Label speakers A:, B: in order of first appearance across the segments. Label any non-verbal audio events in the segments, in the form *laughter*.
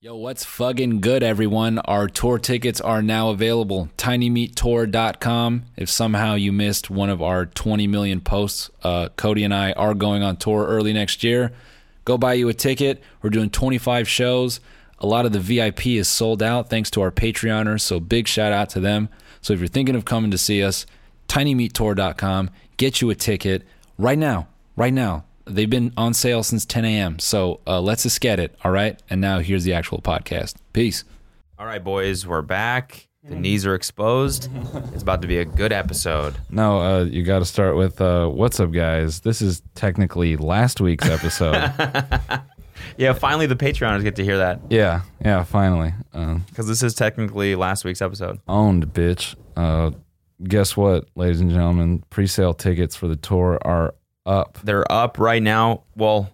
A: Yo, what's fucking good, everyone? Our tour tickets are now available. TinyMeatTour.com. If somehow you missed one of our 20 million posts, uh, Cody and I are going on tour early next year. Go buy you a ticket. We're doing 25 shows. A lot of the VIP is sold out thanks to our Patreoners, so big shout out to them. So if you're thinking of coming to see us, tinymeattour.com. Get you a ticket right now. Right now. They've been on sale since 10 a.m. So uh, let's just get it. All right. And now here's the actual podcast. Peace.
B: All right, boys, we're back.
C: Mm.
B: The knees are
C: *laughs*
B: exposed. It's about to be a good episode.
C: No, uh, you got to start with uh, what's up, guys. This is technically last
B: *laughs*
C: week's episode.
B: Yeah, finally, the Patreoners get to hear that
C: yeah, yeah, finally. Uh,
B: because this is technically last week's episode.
C: owned, bitch. Uh, guess what, ladies and gentlemen? Pre-sale tickets for the tour are up.
B: They're up right now. Well,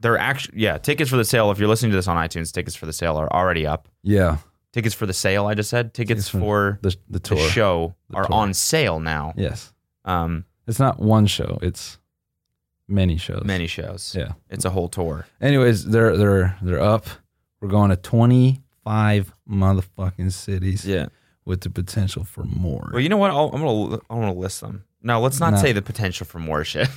B: they're actually, yeah, tickets for the sale. If you're listening to this on iTunes, tickets for the sale are already up.
C: Yeah,
B: Tickets for the sale, I just said. Tickets for
C: the the
B: the
C: tour.
B: show are
C: tour.
B: on sale now.
C: Yes,
B: Um,
C: it's not one show. It's many shows.
B: many shows.
C: Yeah.
B: It's a whole tour.
C: Anyways, they're they're they're up. We're going to twenty-five motherfucking cities. with the potential for more.
B: Well, you know what? I'll, I'm gonna I'm gonna list them. No, let's not
C: No.
B: say the potential for more shit.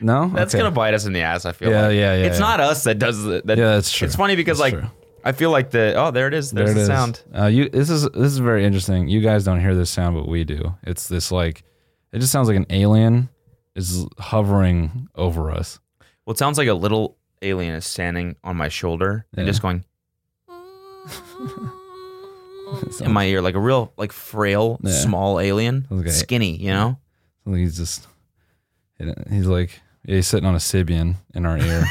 C: no,
B: That's
C: Okay.
B: gonna bite us in the ass. I feel
C: Yeah,
B: like.
C: yeah, yeah,
B: It's
C: yeah.
B: not us that does the, that.
C: Yeah, that's true.
B: It's funny because
C: That's
B: like
C: true.
B: I feel like the oh there it is there's
C: There
B: the
C: it is.
B: sound.
C: Uh, you this is this is very interesting. You guys don't hear this sound, but we do. It's this like it just sounds like an alien is hovering over us. *laughs*
B: Well, it sounds like a little alien is standing on my shoulder and
C: Yeah.
B: just going
C: It sounds,
B: in my ear like a real like frail
C: Yeah.
B: small alien,
C: Sounds like a-
B: skinny. You know, *laughs*
C: sounds like he's just he's like yeah, he's sitting on a Sibian in our ear.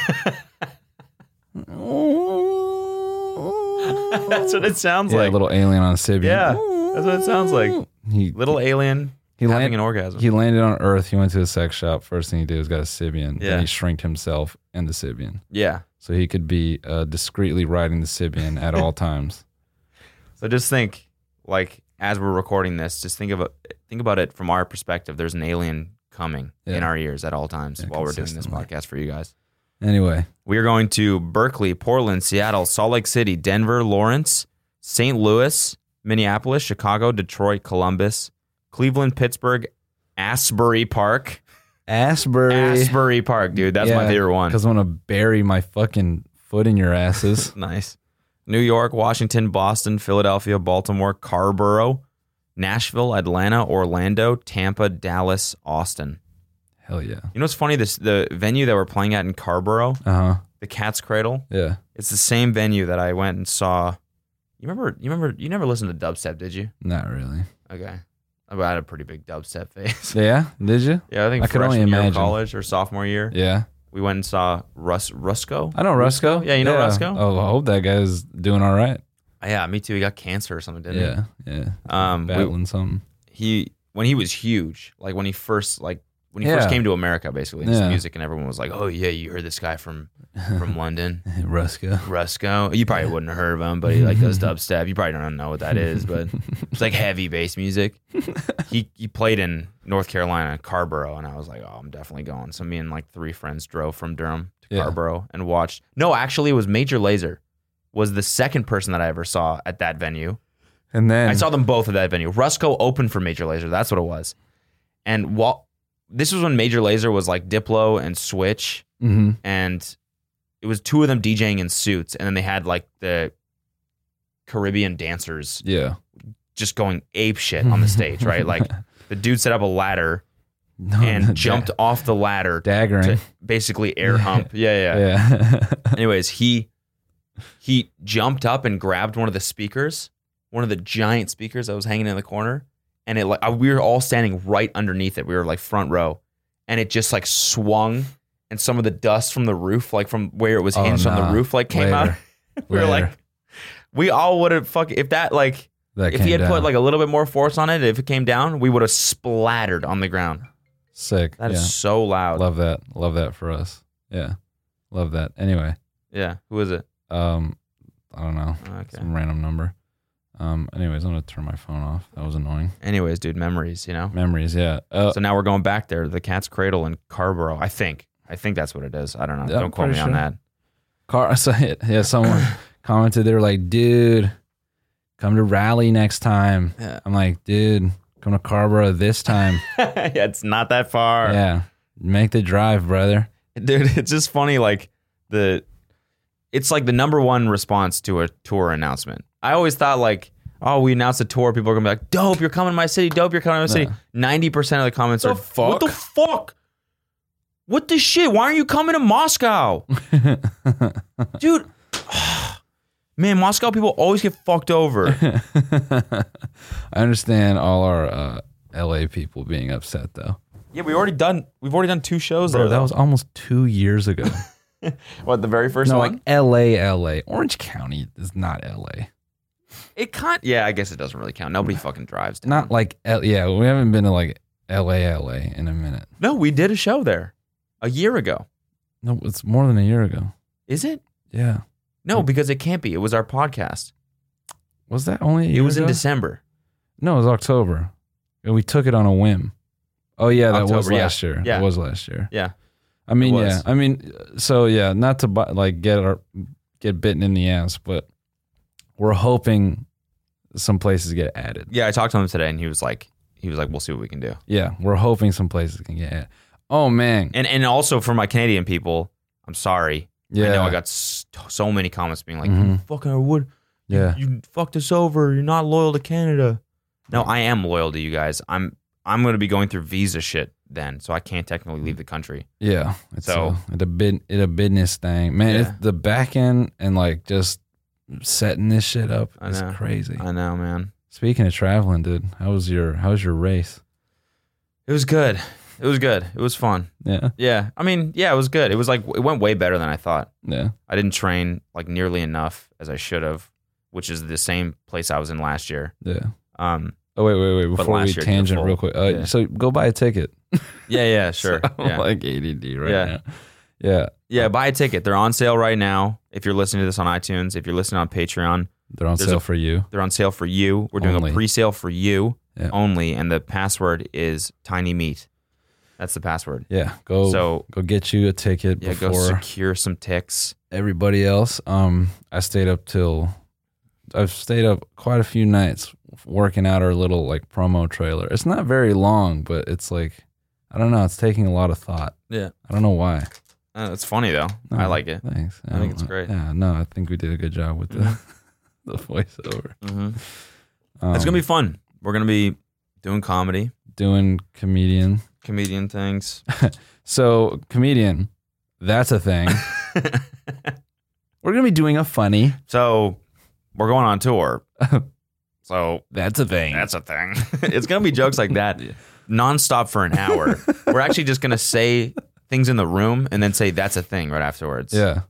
B: *laughs*
C: *laughs*
B: that's what it sounds
C: yeah,
B: like.
C: a little alien on a Sibian.
B: yeah, that's what it sounds like.
C: He
B: Little alien
C: he
B: having
C: land-
B: an orgasm.
C: He landed on Earth. He went to a sex shop. First thing he did was got a Sibian.
B: Yeah.
C: Then he shrinked himself and the Sibian.
B: yeah.
C: So he could be uh, discreetly riding the Sibian
B: *laughs*
C: at all times.
B: So just think, like as we're recording this, just think of a, think about it from our perspective. There's an alien coming in
C: Yeah.
B: our ears at all times
C: Yeah,
B: while we're doing this
C: consistently.
B: podcast for you guys.
C: Anyway,
B: We are going to Berkeley, Portland, Seattle, Salt Lake City, Denver, Lawrence, St. Louis, Minneapolis, Chicago, Detroit, Columbus, Cleveland, Pittsburgh, Asbury Park.
C: Asbury.
B: Asbury Park, dude. That's my favorite one.
C: Because I want to bury my fucking foot in
B: *laughs*
C: your asses.
B: Nice. New York, Washington, Boston, Philadelphia, Baltimore, Carborough, Nashville, Atlanta, Orlando, Tampa, Dallas, Austin.
C: Hell yeah.
B: You know what's funny? This the venue that we're playing at in Carborough,
C: Uh huh.
B: the Cat's Cradle.
C: Yeah.
B: It's the same venue that I went and saw. You remember? You remember? You never listened to dubstep, did you?
C: Not really.
B: Okay, I had a pretty big dubstep *laughs* phase.
C: Yeah. Did you?
B: yeah, I think
C: I could only
B: freshman year of
C: imagine.
B: college or sophomore year,
C: Yeah.
B: we went and saw Russ Rusco.
C: I know Rusco.
B: Yeah, you know Rusko?
C: Oh, I hope that guy's doing all right.
B: yeah, me too. He got cancer or something, didn't
C: Yeah. Yeah.
B: he? Um, we- *laughs*
C: Battling something.
B: he when he was huge, like when he first like when he first
C: Yeah.
B: came to America, basically his
C: Yeah.
B: music, and everyone was like, "Oh yeah, you heard this guy from
C: *laughs*
B: from London,
C: Rusco.
B: Rusco." You probably wouldn't have heard of him, but he like does
C: *laughs*
B: dubstep. You probably don't know what that is, but it's like heavy bass
C: *laughs*
B: music. he he played in North Carolina, Carborough, and I was like, "Oh, I'm definitely going." So me and like three friends drove from Durham to
C: Yeah.
B: Carborough and watched. No, actually, it was Major Laser. Was the second person that I ever saw at that venue.
C: And then
B: I saw them both at that venue. Rusco opened for Major Laser. That's what it was. And while this was when Major Laser was like Diplo and Switch,
C: Mhm.
B: and it was two of them DJing in suits, and then they had like the Caribbean dancers
C: Yeah.
B: just going ape shit on the stage, right? Like the dude set up a ladder
C: No,
B: and
C: *laughs* no,
B: jumped
C: da-
B: off the ladder to
C: daggering.
B: basically air
C: Yeah.
B: hump. yeah. yeah.
C: Yeah. *laughs*
B: Anyways, he he jumped up and grabbed one of the speakers, one of the giant speakers that was hanging in the corner, and it like I- we were all standing right underneath it. We were like front row, and it just like swung, and some of the dust from the roof, like from where it was
C: Oh,
B: hinged on
C: nah.
B: the roof, like came out.
C: Later.
B: *laughs* We were
C: Later.
B: like, we all would have fuck if that like
C: that
B: if he
C: came
B: had put
C: down.
B: like a little bit more force on it, if it came down, we would have splattered on the ground.
C: sick.
B: That
C: yeah.
B: is so loud.
C: Love that. Love that for us. Yeah. Love that. Anyway,
B: Yeah, who is it?
C: um I don't know.
B: Okay.
C: Some random number. Um anyways, I'm going to turn my phone off. That was annoying.
B: Anyways, dude, memories, you know.
C: Memories, yeah. Uh,
B: So now we're going back there to the Cat's Cradle in Carborough. I think. I think that's what it is. I don't know.
C: Yeah, I'm
B: don't quote me
C: pretty
B: on
C: *laughs* sure.
B: that. *coughs*
C: car so, yeah, someone commented, they were like, dude, come to rally next time.
B: Yeah.
C: I'm like, dude, come to Carborough
B: *laughs*
C: this time.
B: yeah, it's not that far.
C: yeah. Make the drive, brother. *laughs*
B: Dude, it's just funny like the it's like the number one response to a tour announcement. I always thought like, oh, we announced a tour, people are gonna be like, Dope, you're coming to my city, dope, you're coming to my city. Ninety percent of the comments are What the fuck? What the shit? Why aren't you coming to *laughs* Moscow? Dude *sighs* Man, Moscow people always get fucked over.
C: I understand all our uh, LA people being upset though.
B: yeah, we already done we've already done two shows
C: Bro,
B: there.
C: that was almost two years ago.
B: what the very first
C: no,
B: one?
C: like LA, LA. Orange County is not LA.
B: it can't yeah, I guess it doesn't really count. Nobody fucking drives down.
C: Not like L- yeah. We haven't been to like LA, LA in a minute.
B: No, we did a show there a year ago.
C: No, it's more than a year ago.
B: Is it?
C: Yeah,
B: No, because it can't be. It was our podcast.
C: was that only? A
B: It
C: year
B: was in
C: ago?
B: December.
C: No, it was October. And we took it on a whim. Oh yeah, that was
B: October, yeah.
C: last year.
B: Yeah.
C: That was last year.
B: Yeah.
C: I mean,
B: was.
C: yeah. I mean, so yeah, not to bu- like get our get bitten in the ass, but we're hoping some places get added.
B: Yeah, I talked to him today and he was like he was like, We'll see what we can do.
C: Yeah, we're hoping some places can get added. Oh man,
B: And and also for my Canadian people, I'm sorry.
C: yeah,
B: I know I got s- so many comments being like,
C: Mhm.
B: fucking Wood,
C: yeah,
B: you fucked us over. You're not loyal to Canada. No, I am loyal to you guys. I'm I'm gonna be going through visa shit then, so I can't technically leave the country.
C: yeah. It's
B: So-
C: a, it's a bit it a business thing, man.
B: Yeah.
C: It's the back end and like just setting this shit up
B: I
C: is
B: know.
C: crazy.
B: I know, man.
C: Speaking of traveling, dude, how was your how was your race?
B: It was good. It was good. It was fun.
C: Yeah,
B: Yeah, I mean, yeah, it was good. It was like it went way better than I thought.
C: yeah.
B: I didn't train like nearly enough as I should have, which is the same place I was in last year.
C: Yeah.
B: Um,
C: Oh wait, wait, wait! Before
B: last
C: we
B: year,
C: tangent
B: you're
C: real quick, uh,
B: Yeah.
C: so go buy a ticket. *laughs*
B: yeah, yeah, sure,
C: So I'm
B: yeah,
C: like ADD right
B: Yeah.
C: now. Yeah,
B: yeah. Buy a ticket. They're on sale right now. If you're listening to this on iTunes, if you're listening on Patreon,
C: they're on
B: There's
C: sale
B: a-
C: for you.
B: they're on sale for you. We're doing
C: Only.
B: a pre-sale for you
C: Yeah.
B: only, and the password is tiny meat. That's the password.
C: Yeah, go
B: So
C: go get you a ticket
B: yeah,
C: Oh, before
B: go secure some ticks.
C: everybody else. Um, I stayed up till I've stayed up quite a few nights working out our little like promo trailer. It's not very long, but it's like I don't know. It's taking a lot of thought.
B: Yeah.
C: I don't know why.
B: Uh, it's funny though.
C: No,
B: I like it.
C: Thanks.
B: I think it's
C: don't-
B: great.
C: Yeah, no, I think we did a good job with the *laughs* the voiceover.
B: hmm
C: Um,
B: it's gonna be fun. We're gonna be doing comedy.
C: doing comedian.
B: comedian
C: *laughs*
B: things.
C: So, comedian, that's a thing. We're going to be doing a funny.
B: so we're going on
C: *laughs*
B: tour. So
C: That's a thing.
B: that's a
C: *laughs*
B: thing. it's gonna be jokes like that nonstop for an hour.
C: *laughs*
B: we're actually just gonna say things in the room and then say that's a thing right afterwards.
C: yeah.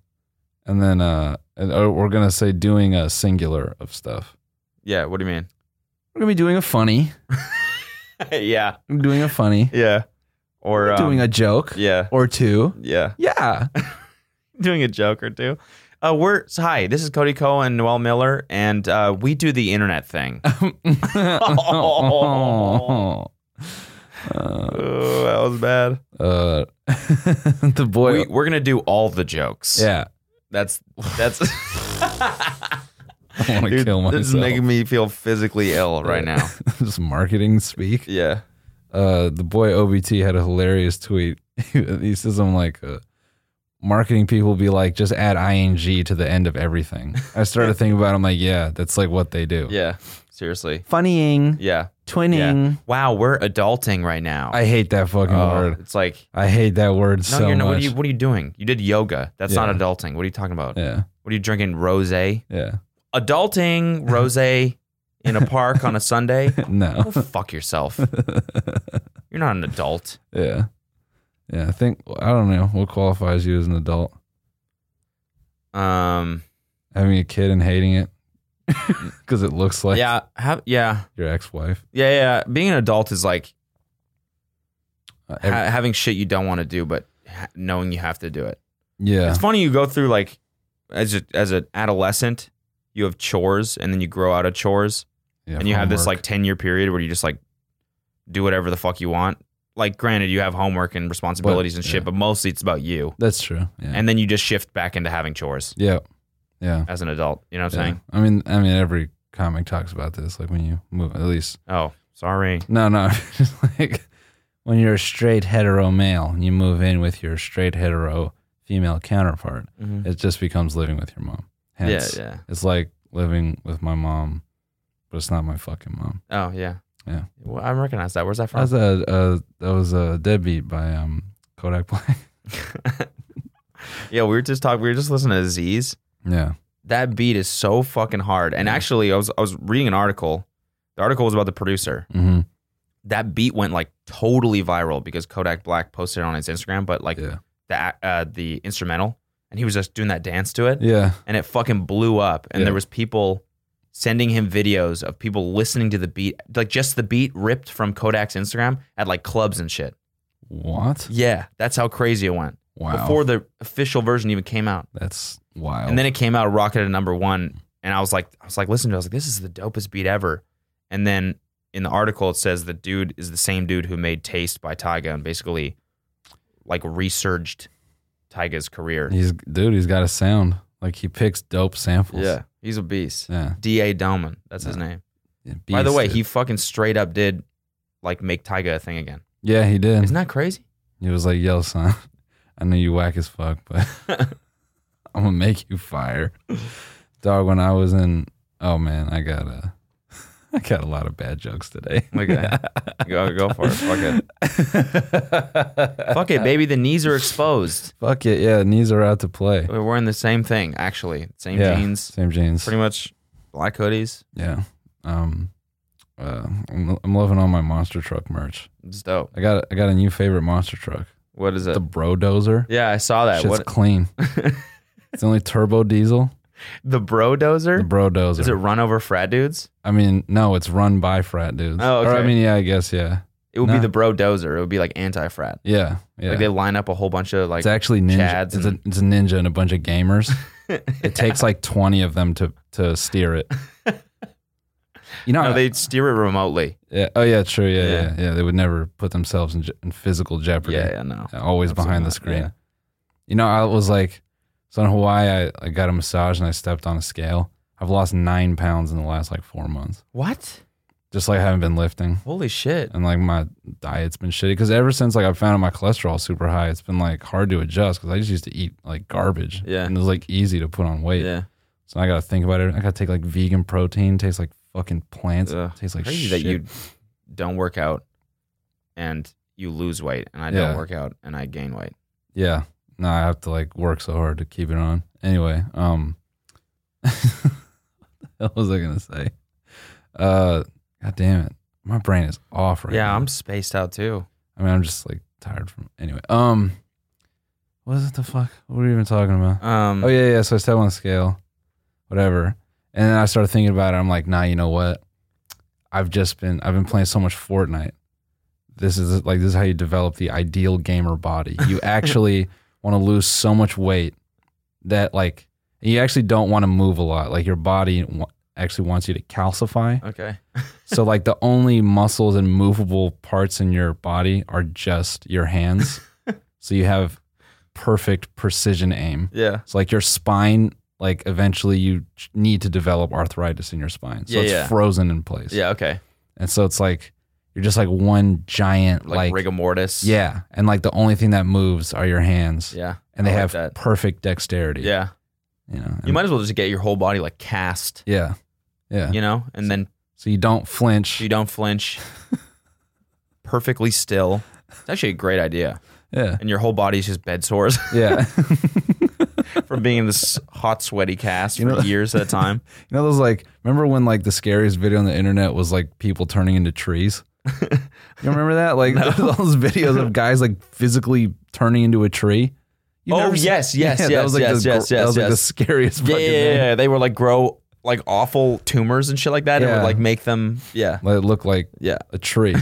C: And then uh and, oh, we're going to say doing a singular of stuff.
B: Yeah. What do you mean?
C: We're going to be doing a funny,
B: *laughs* yeah.
C: We're doing a funny,
B: Yeah. Or um,
C: doing a joke
B: yeah.
C: or two.
B: Yeah. *laughs*
C: Yeah. *laughs*
B: doing a joke or two. Uh, we're so, hi. This is Cody Cole and Noel Miller, and uh, we do the internet
C: *laughs*
B: thing.
C: Uh,
B: oh, that was bad.
C: uh, the boy.
B: We, we're gonna do all the jokes.
C: uh, yeah. *laughs*
B: That's that's.
C: I want to
B: Dude,
C: kill myself.
B: This is making me feel physically ill right now.
C: *laughs* Just marketing speak.
B: yeah.
C: uh, the boy OBT had a hilarious tweet. *laughs* he says, "I'm like, uh, marketing people be like, just add ing to the end of everything."
B: *laughs*
C: I started thinking about. it. I'm like, yeah, that's like what they do.
B: Yeah. Seriously.
C: Funnying,
B: Yeah.
C: twinning.
B: Wow, we're adulting right now.
C: I hate that fucking
B: Oh,
C: word.
B: It's like
C: I hate that word
B: no,
C: so
B: you're not.
C: much.
B: What are you? What are you doing? You did yoga. That's
C: Yeah.
B: not adulting. What are you talking about?
C: yeah,
B: What are you drinking? Rose.
C: yeah.
B: Adulting rose in a park on a Sunday. Go
C: *laughs* No.
B: fuck yourself. You're not an adult.
C: *laughs* yeah, yeah. I think I don't know what qualifies you as an adult.
B: Um.
C: Having a kid and hating
B: *laughs*
C: it because it looks like
B: yeah. Have, yeah.
C: your ex-wife.
B: Yeah. Yeah. Being an adult is like
C: Uh, ev-
B: ha- having shit you don't want to do, but ha- knowing you have to do it.
C: yeah,
B: It's funny you go through like as a, as an adolescent, you have chores, and then you grow out of chores,
C: yeah.
B: and you have this
C: homework.
B: like ten year period where you just like do whatever the fuck you want. Like, granted, you have homework and responsibilities and shit,
C: yeah.
B: but mostly it's about you.
C: That's true. Yeah.
B: And then you just shift back into having chores.
C: Yeah. Yeah.
B: as an adult. You know what I'm
C: yeah.
B: saying?
C: I mean, I mean, every comic talks about this. Like when you move, at least
B: Oh, sorry.
C: No, *laughs* no. Just like when you're a straight hetero male and you move in with your straight hetero female counterpart, it just becomes living with your mom.
B: Mm-hmm. Yeah,
C: Hence,
B: yeah.
C: it's like living with my mom, but it's not my fucking mom.
B: Oh, yeah.
C: Yeah.
B: Well, I recognize that. Where's that from?
C: That was a, a that was a deadbeat by um Kodak Black. *laughs*
B: *laughs* yeah, we were just talking. We were just listening to Z's.
C: yeah.
B: That beat is so fucking hard. And actually, I was I was reading an article. The article was about the producer.
C: Mm-hmm.
B: That beat went like totally viral because Kodak Black posted it on his Instagram, but like
C: Yeah.
B: the uh, the instrumental, and he was just doing that dance to it,
C: Yeah.
B: and it fucking blew up. And
C: Yeah.
B: there was people sending him videos of people listening to the beat, like just the beat ripped from Kodak's Instagram at like clubs and shit.
C: What?
B: Yeah, that's how crazy it went.
C: Wow.
B: before the official version even came out.
C: That's wild.
B: And then it came out, rocketed to number one. And I was like, I was like, listen to, it. I was like, this is the dopest beat ever. And then in the article, it says the dude is the same dude who made Taste by Tyga and basically like resurged Tyga's career.
C: he's dude. He's got a sound. Like he picks dope samples.
B: he's a beast.
C: Yeah.
B: D. A. Doman, that's his name.
C: Yeah,
B: by the
C: beast,
B: way,
C: dude.
B: he fucking straight up did like make Tyga a thing
C: *laughs*
B: again.
C: yeah he did.
B: Isn't that crazy?
C: He was like, "Yo, son, *laughs* I know you whack as fuck,
B: *laughs*
C: but *laughs* I'm gonna make you fire." Dog, when I was in, oh man, I got a, *laughs* I got a lot of bad jokes today.
B: Okay, uh,
C: *laughs*
B: go go for it. Fuck it. Fuck it, baby. The knees are
C: *laughs*
B: exposed.
C: Fuck it, yeah, knees are out to play.
B: We're wearing the same thing, actually. Same
C: yeah,
B: jeans,
C: same jeans.
B: pretty much black hoodies.
C: Yeah, um, uh, I'm, I'm loving all my monster truck merch.
B: It's dope.
C: I got, I got a new favorite monster truck,
B: What is it?
C: the Bro Dozer.
B: yeah, I saw that.
C: Shit's
B: What
C: clean.
B: *laughs*
C: it's the only turbo diesel.
B: the bro
C: The
B: dozer?
C: Bro Dozer.
B: Is it run over frat dudes?
C: I mean, no, it's run by frat dudes.
B: Oh,
C: Or, I
B: okay.
C: mean, yeah, I guess, yeah,
B: It would be
C: Nah.
B: the bro dozer. It would be like anti frat.
C: yeah, yeah.
B: Like they line up a whole bunch of like
C: it's actually ninja.
B: Chads
C: it's, a,
B: and-
C: it's a ninja and a bunch of gamers.
B: *laughs*
C: It takes like twenty of them to to steer it. You know,
B: no, they steer it remotely.
C: yeah, oh yeah, true, yeah,
B: Yeah.
C: yeah, yeah, They would never put themselves in, je- in physical jeopardy. Uh,
B: Yeah, yeah, no.
C: always
B: Absolutely
C: behind the
B: not,
C: screen.
B: yeah.
C: You know, I was like, so in Hawaii, I, I got a massage and I stepped on a scale. I've lost nine pounds in the last like four months,
B: What?
C: just like I haven't been lifting.
B: Holy shit.
C: and like my diet's been shitty because ever since like I found out my cholesterol's super high, it's been like hard to adjust because I just used to eat like garbage.
B: Yeah.
C: and it was like easy to put on weight.
B: Yeah.
C: So I gotta think about it. I gotta take like vegan protein. Tastes like fucking plants.
B: Ugh.
C: Tastes like
B: Crazy
C: shit.
B: that you don't work out and you lose weight and I don't
C: Yeah.
B: work out and I gain weight.
C: Yeah. No, I have to like work so hard to keep it on. Anyway, um, *laughs* what was I gonna say? Uh, god damn it, my brain is off right now.
B: Yeah, I'm spaced out too.
C: I mean, I'm just like tired from anyway. Um, what is it? The fuck? What were we even talking about?
B: Um
C: Oh yeah, yeah. So I stepped on the scale, whatever. And then I started thinking about it. I'm like, nah, you know what? I've just been I've been playing so much Fortnite. This is like this is how you develop the ideal gamer body. You actually want to lose so much weight that like you actually don't want to move a lot. Like your body wa- actually wants you to calcify.
B: okay.
C: So like the only muscles and movable parts in your body are just your hands. so you have perfect precision aim.
B: Yeah.
C: So like your spine, like eventually you ch- need to develop arthritis in your spine. So
B: Yeah,
C: it's
B: yeah.
C: frozen in place.
B: Yeah, okay.
C: And so it's like you're just like one giant
B: Like,
C: like,
B: rigor mortis.
C: yeah, and like the only thing that moves are your hands.
B: Yeah.
C: And they
B: I like
C: have
B: that.
C: perfect dexterity.
B: Yeah.
C: You know.
B: You might as well just get your whole body like cast,
C: yeah. Yeah.
B: you know, and then
C: So you don't flinch.
B: you don't flinch.
C: *laughs*
B: Perfectly still. It's actually a great idea.
C: yeah.
B: And your whole body's just bed sores *laughs*
C: Yeah. *laughs* you
B: from being in this hot, sweaty cast for
C: You know-
B: years at a time.
C: know those like remember when like the scariest video on the internet was like people turning into
B: *laughs*
C: trees? You remember that? Like all *laughs* those videos of guys like physically turning into a tree. You've
B: Oh,
C: never seen-
B: yes, yes,
C: yeah,
B: yes,
C: that was like
B: yes,
C: the,
B: yes,
C: gr-
B: yes,
C: That was like the
B: yes.
C: scariest
B: Yeah,
C: fucking
B: yeah,
C: thing.
B: yeah. They were like grow like awful tumors and shit like that. It
C: Yeah.
B: would like make them, yeah,
C: Like, it looked like
B: yeah. *laughs*
C: a tree.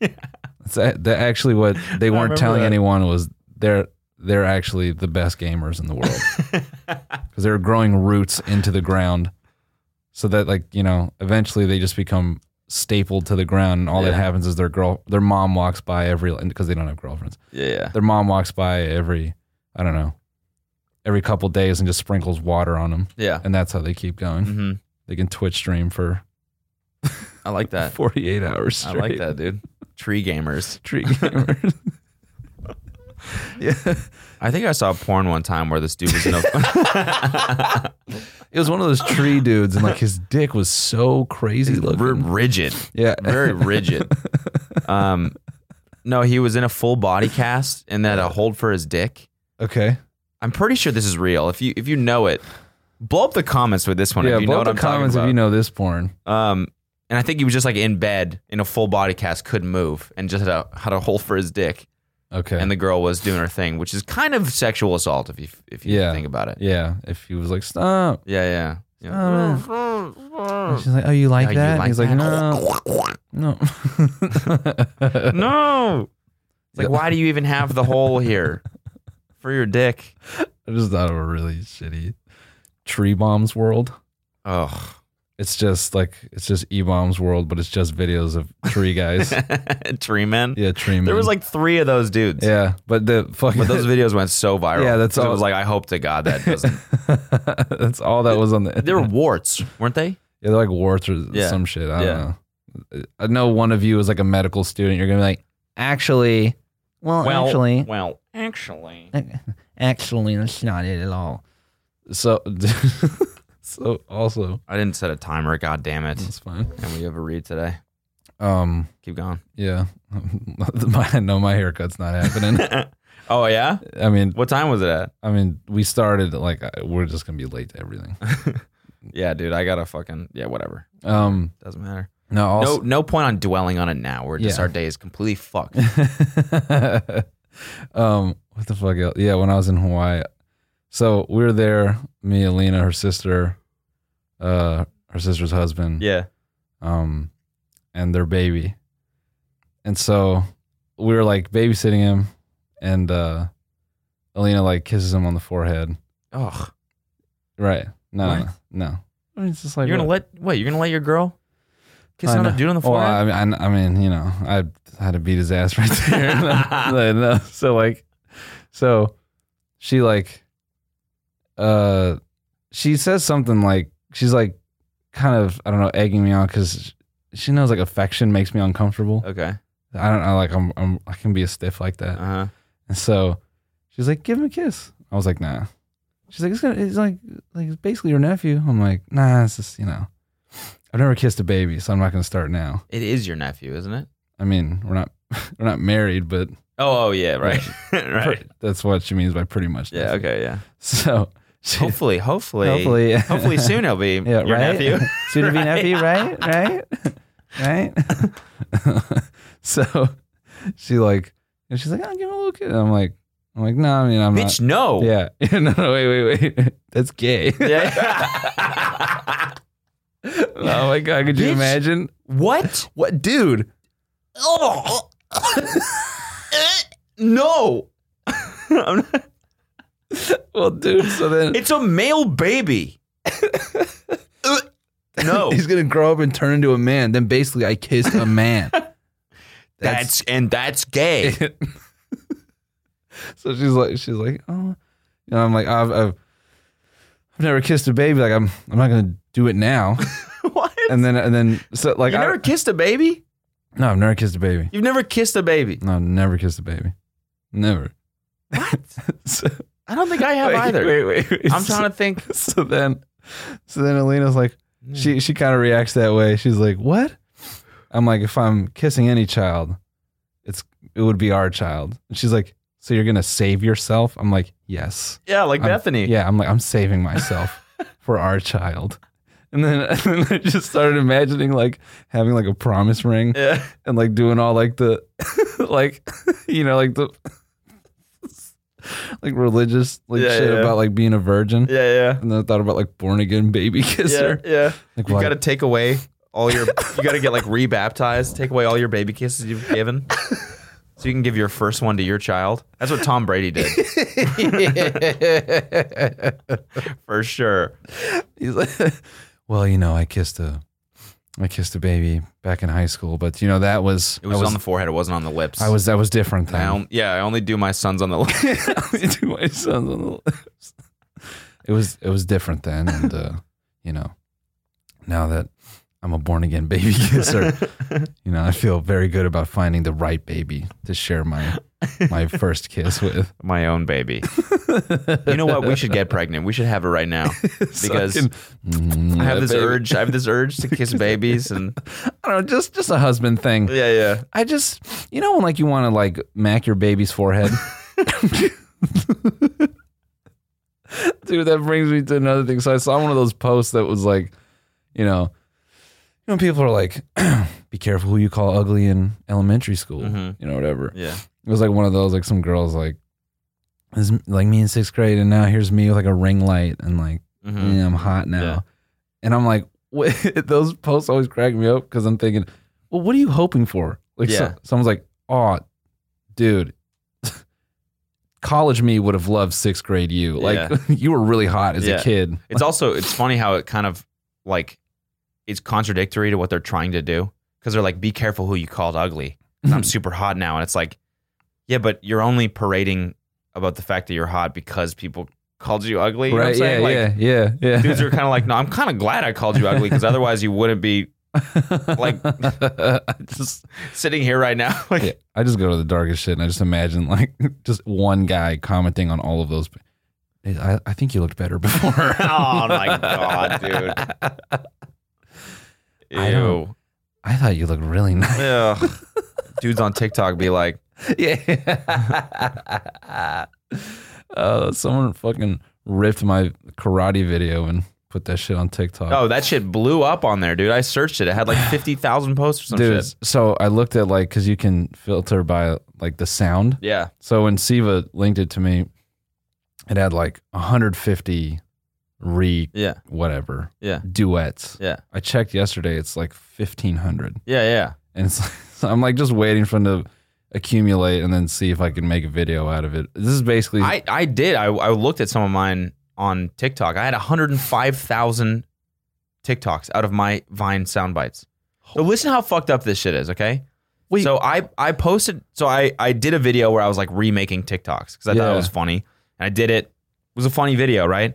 C: That's a- that actually what they weren't
B: remember
C: telling
B: that.
C: anyone was they're they're actually the best gamers in the world
B: *laughs*
C: because they're growing roots into the ground, so that like you know eventually they just become stapled to the ground and all that
B: Yeah.
C: happens is their girl their mom walks by every because they don't have girlfriends
B: Yeah.
C: their mom walks by every I don't know every couple days and just sprinkles water on them,
B: Yeah.
C: and that's how they keep going.
B: hmm
C: They can Twitch stream for
B: *laughs* I like
C: *laughs*
B: that.
C: 48 hours
B: I
C: straight.
B: like that, dude. Tree gamers.
C: Tree gamers. yeah.
B: I think I saw porn one time where this dude was in a.
C: *laughs*
B: *laughs*
C: It was one of those *laughs* tree dudes, and like his dick was so crazy looking.
B: R- rigid,
C: yeah.
B: very rigid. Um, no, he was in a full body cast and then a hold for his dick.
C: Okay.
B: I'm pretty sure this is real. If you if you know it, blow up the comments with this one.
C: yeah.
B: if you know
C: Blow
B: what
C: the
B: I'm
C: comments
B: talking about.
C: if you know this porn.
B: Um, and I think he was just like in bed in a full body cast, couldn't move, and just had a had a hole for his dick.
C: Okay.
B: And the girl was doing her thing, which is kind of sexual assault if you if you
C: Yeah.
B: think about it.
C: yeah. If he was like, stop. Oh,
B: Yeah, yeah. yeah.
C: And she's like, oh, you Uh,
B: Oh,
C: like
B: you
C: that? And
B: like
C: he's like, no,
B: that?
C: no.
B: *laughs* no. It's like, why do you even have the hole
C: *laughs*
B: here for your dick?
C: *laughs* I just thought of a really shitty tree bombs world.
B: *laughs* Oh,
C: It's just like it's just e bombs world, but it's just videos of
B: *laughs*
C: tree guys.
B: tree men.
C: yeah, tree.
B: There
C: men.
B: was like three of those dudes.
C: yeah, but the fucking
B: But those videos went so viral.
C: Yeah, that's
B: So It
C: all-
B: was like, I hope to God that doesn't. *laughs*
C: *laughs* that's all that was on the.
B: they were warts, weren't they?
C: Yeah, they're like warts or
B: Yeah.
C: some shit. I
B: Yeah.
C: don't know. I know one of you is like a medical student. You're gonna be like, actually, well,
B: *laughs*
C: actually,
B: well, actually.
C: actually, that's not it at all. So, *laughs* so also,
B: I didn't set a timer. God damn it!
C: that's fine.
B: And we have a read today.
C: Um,
B: Keep going.
C: yeah, *laughs* my, no, my haircut's not happening.
B: oh yeah.
C: I mean,
B: What time was it at?
C: I mean, we started like I- we're just gonna be late to everything.
B: Yeah, dude. I got to fucking yeah. Whatever.
C: Um,
B: Doesn't matter.
C: no, also,
B: no, no point on dwelling on it now. We're just
C: Yeah.
B: our day is completely fucked.
C: *laughs*
B: *laughs*
C: um, what the fuck else? Yeah, when I was in Hawaii, so we were there. Me, Alina, her sister, uh, her sister's husband,
B: yeah.
C: um, and their baby, and so we were like babysitting him, and uh, Alina like kisses him on the forehead.
B: Ugh.
C: Right? No,
B: What?
C: no. no. I mean, it's just like
B: you're
C: what-
B: gonna let wait. You're gonna let your girl kiss
C: I
B: another
C: know.
B: dude on the
C: Well,
B: forehead?
C: I mean, I, I mean, you know, I had to beat his
B: *laughs*
C: ass right there. *laughs* Like, no, so like, so she like, uh, she says something like she's like, kind of I don't know, egging me on because she knows like affection makes me uncomfortable.
B: okay.
C: I don't know, like I'm, I'm I can be a stiff like that.
B: Uh huh.
C: And so she's like, give him a kiss. I was like, nah. She's like, it's gonna, it's like, like it's basically your nephew. I'm like, nah, it's just you know, I've never kissed a baby, so I'm not gonna start now.
B: It is your nephew, isn't it?
C: I mean, we're not *laughs* we're not married, but
B: Oh, oh yeah, right, *laughs* right.
C: that's what she means by pretty much.
B: Yeah. Okay. Yeah.
C: So
B: *laughs*
C: she,
B: Hopefully. Hopefully.
C: *laughs* hopefully,
B: Hopefully soon it'll *laughs* be
C: Yeah,
B: your
C: right?
B: nephew.
C: *laughs* soon to be
B: Right.
C: nephew,
B: *laughs*
C: right? Right? right? *laughs* so she like, and she's like, I'll give him a little kiss. I'm like, I'm like, no, I mean, I'm
B: Bitch, no.
C: not. Yeah. *laughs* no, no, wait, wait, wait. That's gay.
B: *laughs*
C: *laughs*
B: *laughs* Yeah.
C: oh my god, could you
B: Bitch.
C: imagine?
B: what?
C: What, dude?
B: Oh. *laughs* no. I'm not-
C: Well, dude, so then
B: it's a male *laughs* baby. Uh, no.
C: he's gonna grow up and turn into a man. Then basically, I kissed a
B: *laughs*
C: man. *laughs*
B: That's and that's gay.
C: so she's like, she's like, oh, you know, I'm like, I've, I've, I've never kissed a baby. Like, I'm, I'm not gonna do it now.
B: *laughs* what?
C: And then, and then, so like,
B: you
C: I,
B: never kissed a baby?
C: no, I've never kissed a baby.
B: You've never kissed a baby.
C: No, I've never kissed a baby. Never. *laughs*
B: What?
C: So-
B: I don't think I have *laughs*
C: wait,
B: either.
C: Wait, wait, wait.
B: I'm trying to *laughs* think.
C: to. *laughs* So then, so then Alina's like, she, she kind of reacts that way. She's like, what? I'm like, if I'm kissing any child, it's, it would be our child. And she's like, so you're gonna save yourself? I'm like, yes.
B: Yeah, like
C: I'm-
B: Bethany.
C: Yeah, I'm like, I'm saving myself for our child. And then, *laughs* and then I just started imagining like having like a promise ring
B: *laughs* Yeah.
C: and like doing all like the, *laughs* like, *laughs* you know, like the, *laughs* like religious like
B: Yeah,
C: shit
B: yeah.
C: about like being a virgin.
B: Yeah, yeah.
C: And then I thought about like born again baby *laughs* kisser.
B: Yeah, yeah.
C: Like,
B: You
C: why-
B: got to take away all your. you got to get like rebaptized. Take away all your baby kisses you've given, so you can give your first one to your child. That's what Tom Brady
C: *laughs*
B: did, for sure.
C: He's like, *laughs* well, you know, I kissed a, I kissed a baby back in high school, but you know that was
B: It was,
C: I was,
B: on the forehead. It wasn't on the lips.
C: I was that was different then. *laughs*
B: I on- yeah, I only do my sons on the lips.
C: I only do my sons on the lips. it was it was different then, and uh, you know, now that I'm a born again baby kisser, you know, I feel very good about finding the right baby to share my my first kiss with.
B: My own baby. You know what? We should get pregnant. We should have it right
C: *laughs*
B: now because
C: I, can- Mm,
B: I have this
C: baby.
B: urge. I have this urge to
C: *laughs*
B: kiss babies and
C: I don't know, just just a husband thing.
B: yeah, yeah.
C: I just, you know, when like you want to like mac your baby's forehead. Dude, that brings me to another thing. So I saw one of those posts that was like, you know, you know, people are like, *clears throat* be careful who you call ugly in elementary school,
B: Mhm.
C: you know, whatever.
B: Yeah.
C: It was like one of those, like some girls like, this is like me in sixth grade, and now here's me with like a ring light, and like,
B: Mhm.
C: yeah, I'm hot now.
B: Yeah.
C: And I'm like, *laughs* what? those posts always crack me up because I'm thinking, well, what are you hoping for? Like, so-
B: Yeah.
C: someone's like, oh, dude, *laughs* college me would have loved sixth grade you. Like, *laughs* you were really hot as
B: Yeah.
C: a kid.
B: It's also it's funny how it kind of like it's contradictory to what they're trying to do because they're like, be careful who you called ugly.
C: *clears throat*
B: 'cause I'm super hot now, and it's like, yeah, but you're only parading about the fact that you're hot because people called you ugly. You know what
C: right?
B: I'm saying?
C: yeah,
B: like,
C: yeah, yeah,
B: Dudes
C: *laughs*
B: are kind of like, no, I'm kind of glad I called you ugly because otherwise you wouldn't be
C: yeah.
B: like-
C: I just,
B: sitting here right now. *laughs* like,
C: yeah, I just go to the darkest shit and I just imagine like *laughs* just one guy commenting on all of those. I, I think you looked better before. *laughs*
B: oh my god, dude.
C: I don't-
B: Ew.
C: I thought you looked really nice.
B: Ugh.
C: *laughs*
B: Dudes on TikTok be like,
C: Yeah. uh, someone fucking ripped my karate video and put that shit on TikTok.
B: oh, that shit blew up on there, dude. I searched it. It had like *sighs* 50,000 posts or some
C: dude.
B: shit.
C: So I looked at like, cause you can filter by like the sound.
B: Yeah.
C: So when Siva linked it to me, it had like 150 re
B: Yeah.
C: whatever
B: Yeah.
C: duets.
B: Yeah.
C: I checked yesterday. It's like 1500.
B: Yeah. Yeah.
C: And it's *laughs* like, so I'm like just waiting for them to accumulate and then see if I can make a video out of it. This is basically
B: I, I did. I, I looked at some of mine on TikTok. I had 105,000 TikToks out of my Vine sound bites. So listen how fucked up this shit is, okay?
C: Wait.
B: So I, I posted, so I, I did a video where I was like remaking TikToks because I thought
C: Yeah.
B: it was funny. And I did it. It was a funny video, right?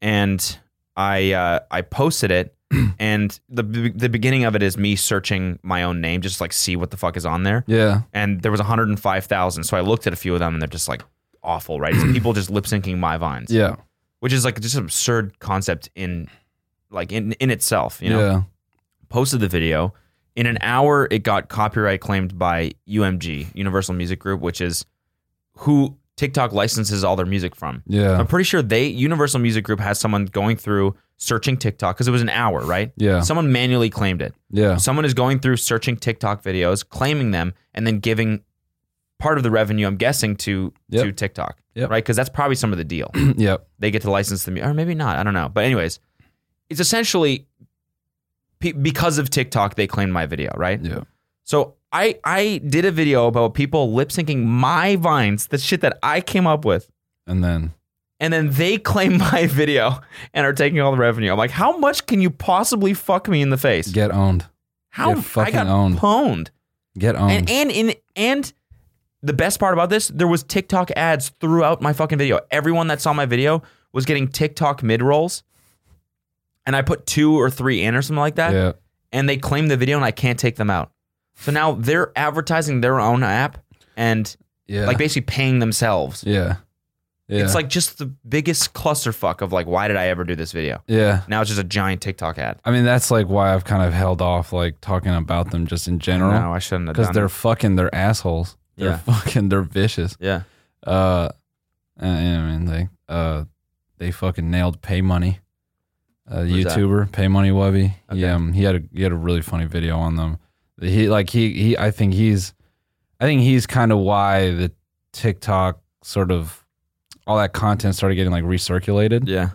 B: And I uh, I posted
C: *clears throat*
B: it. and the, the beginning of it is me searching my own name, just like see what the fuck is on there
C: yeah.
B: and there was 105,000. So I looked at a few of them, and they're just like awful, right?
C: *clears throat*
B: It's people just lip syncing my vines,
C: Yeah.
B: which is like just an absurd concept in like in in itself. You know,
C: yeah.
B: posted the video. In an hour, it got copyright claimed by UMG, Universal Music Group, which is who TikTok licenses all their music from.
C: Yeah.
B: I'm pretty sure they Universal Music Group has someone going through searching TikTok because it was an hour, right?
C: Yeah.
B: Someone manually claimed it.
C: Yeah. *clears throat*
B: Someone is going through searching TikTok videos, claiming them, and then giving part of the revenue, I'm guessing, to
C: Yep.
B: to TikTok,
C: Yep.
B: right? Because that's probably some of the
C: *clears throat*
B: deal.
C: yep.
B: they get to license the music, or maybe not. I don't know. But anyways, it's essentially pe- because of TikTok, they claimed my video, right?
C: Yeah.
B: So I I did a video about people lip syncing my vines, the shit that I came up with.
C: And then
B: And then they *laughs* claim my video and are taking all the revenue. I'm like, how much can you possibly fuck me in the face?
C: get owned.
B: How
C: Get fucking
B: I got
C: owned.
B: pwned.
C: Get owned.
B: And and in and the best part about this, there was TikTok ads throughout my fucking video. Everyone that saw my video was getting TikTok mid rolls, and I put two or three in or something like that,
C: yeah.
B: and they claim the video, and I can't take them out. So now they're advertising their own app and
C: Yeah.
B: like basically paying themselves.
C: yeah. Yeah.
B: It's like just the biggest clusterfuck of like, why did I ever do this video?
C: yeah.
B: Now it's just a giant TikTok ad.
C: I mean, that's like why I've kind of held off like talking about them just in
B: No,
C: general
B: I shouldn't have
C: because
B: done.
C: they're
B: it.
C: fucking they're assholes. They're
B: Yeah.
C: *laughs* fucking they're vicious.
B: yeah,
C: Uh, I I mean, they uh, they fucking nailed Pay Money, a
B: Who's that?
C: YouTuber, Pay Money Webby.
B: Okay.
C: Yeah, um, he had a he had a really funny video on them. He like he he. I think he's, I think he's kind of why the TikTok sort of all that content started getting like recirculated.
B: yeah,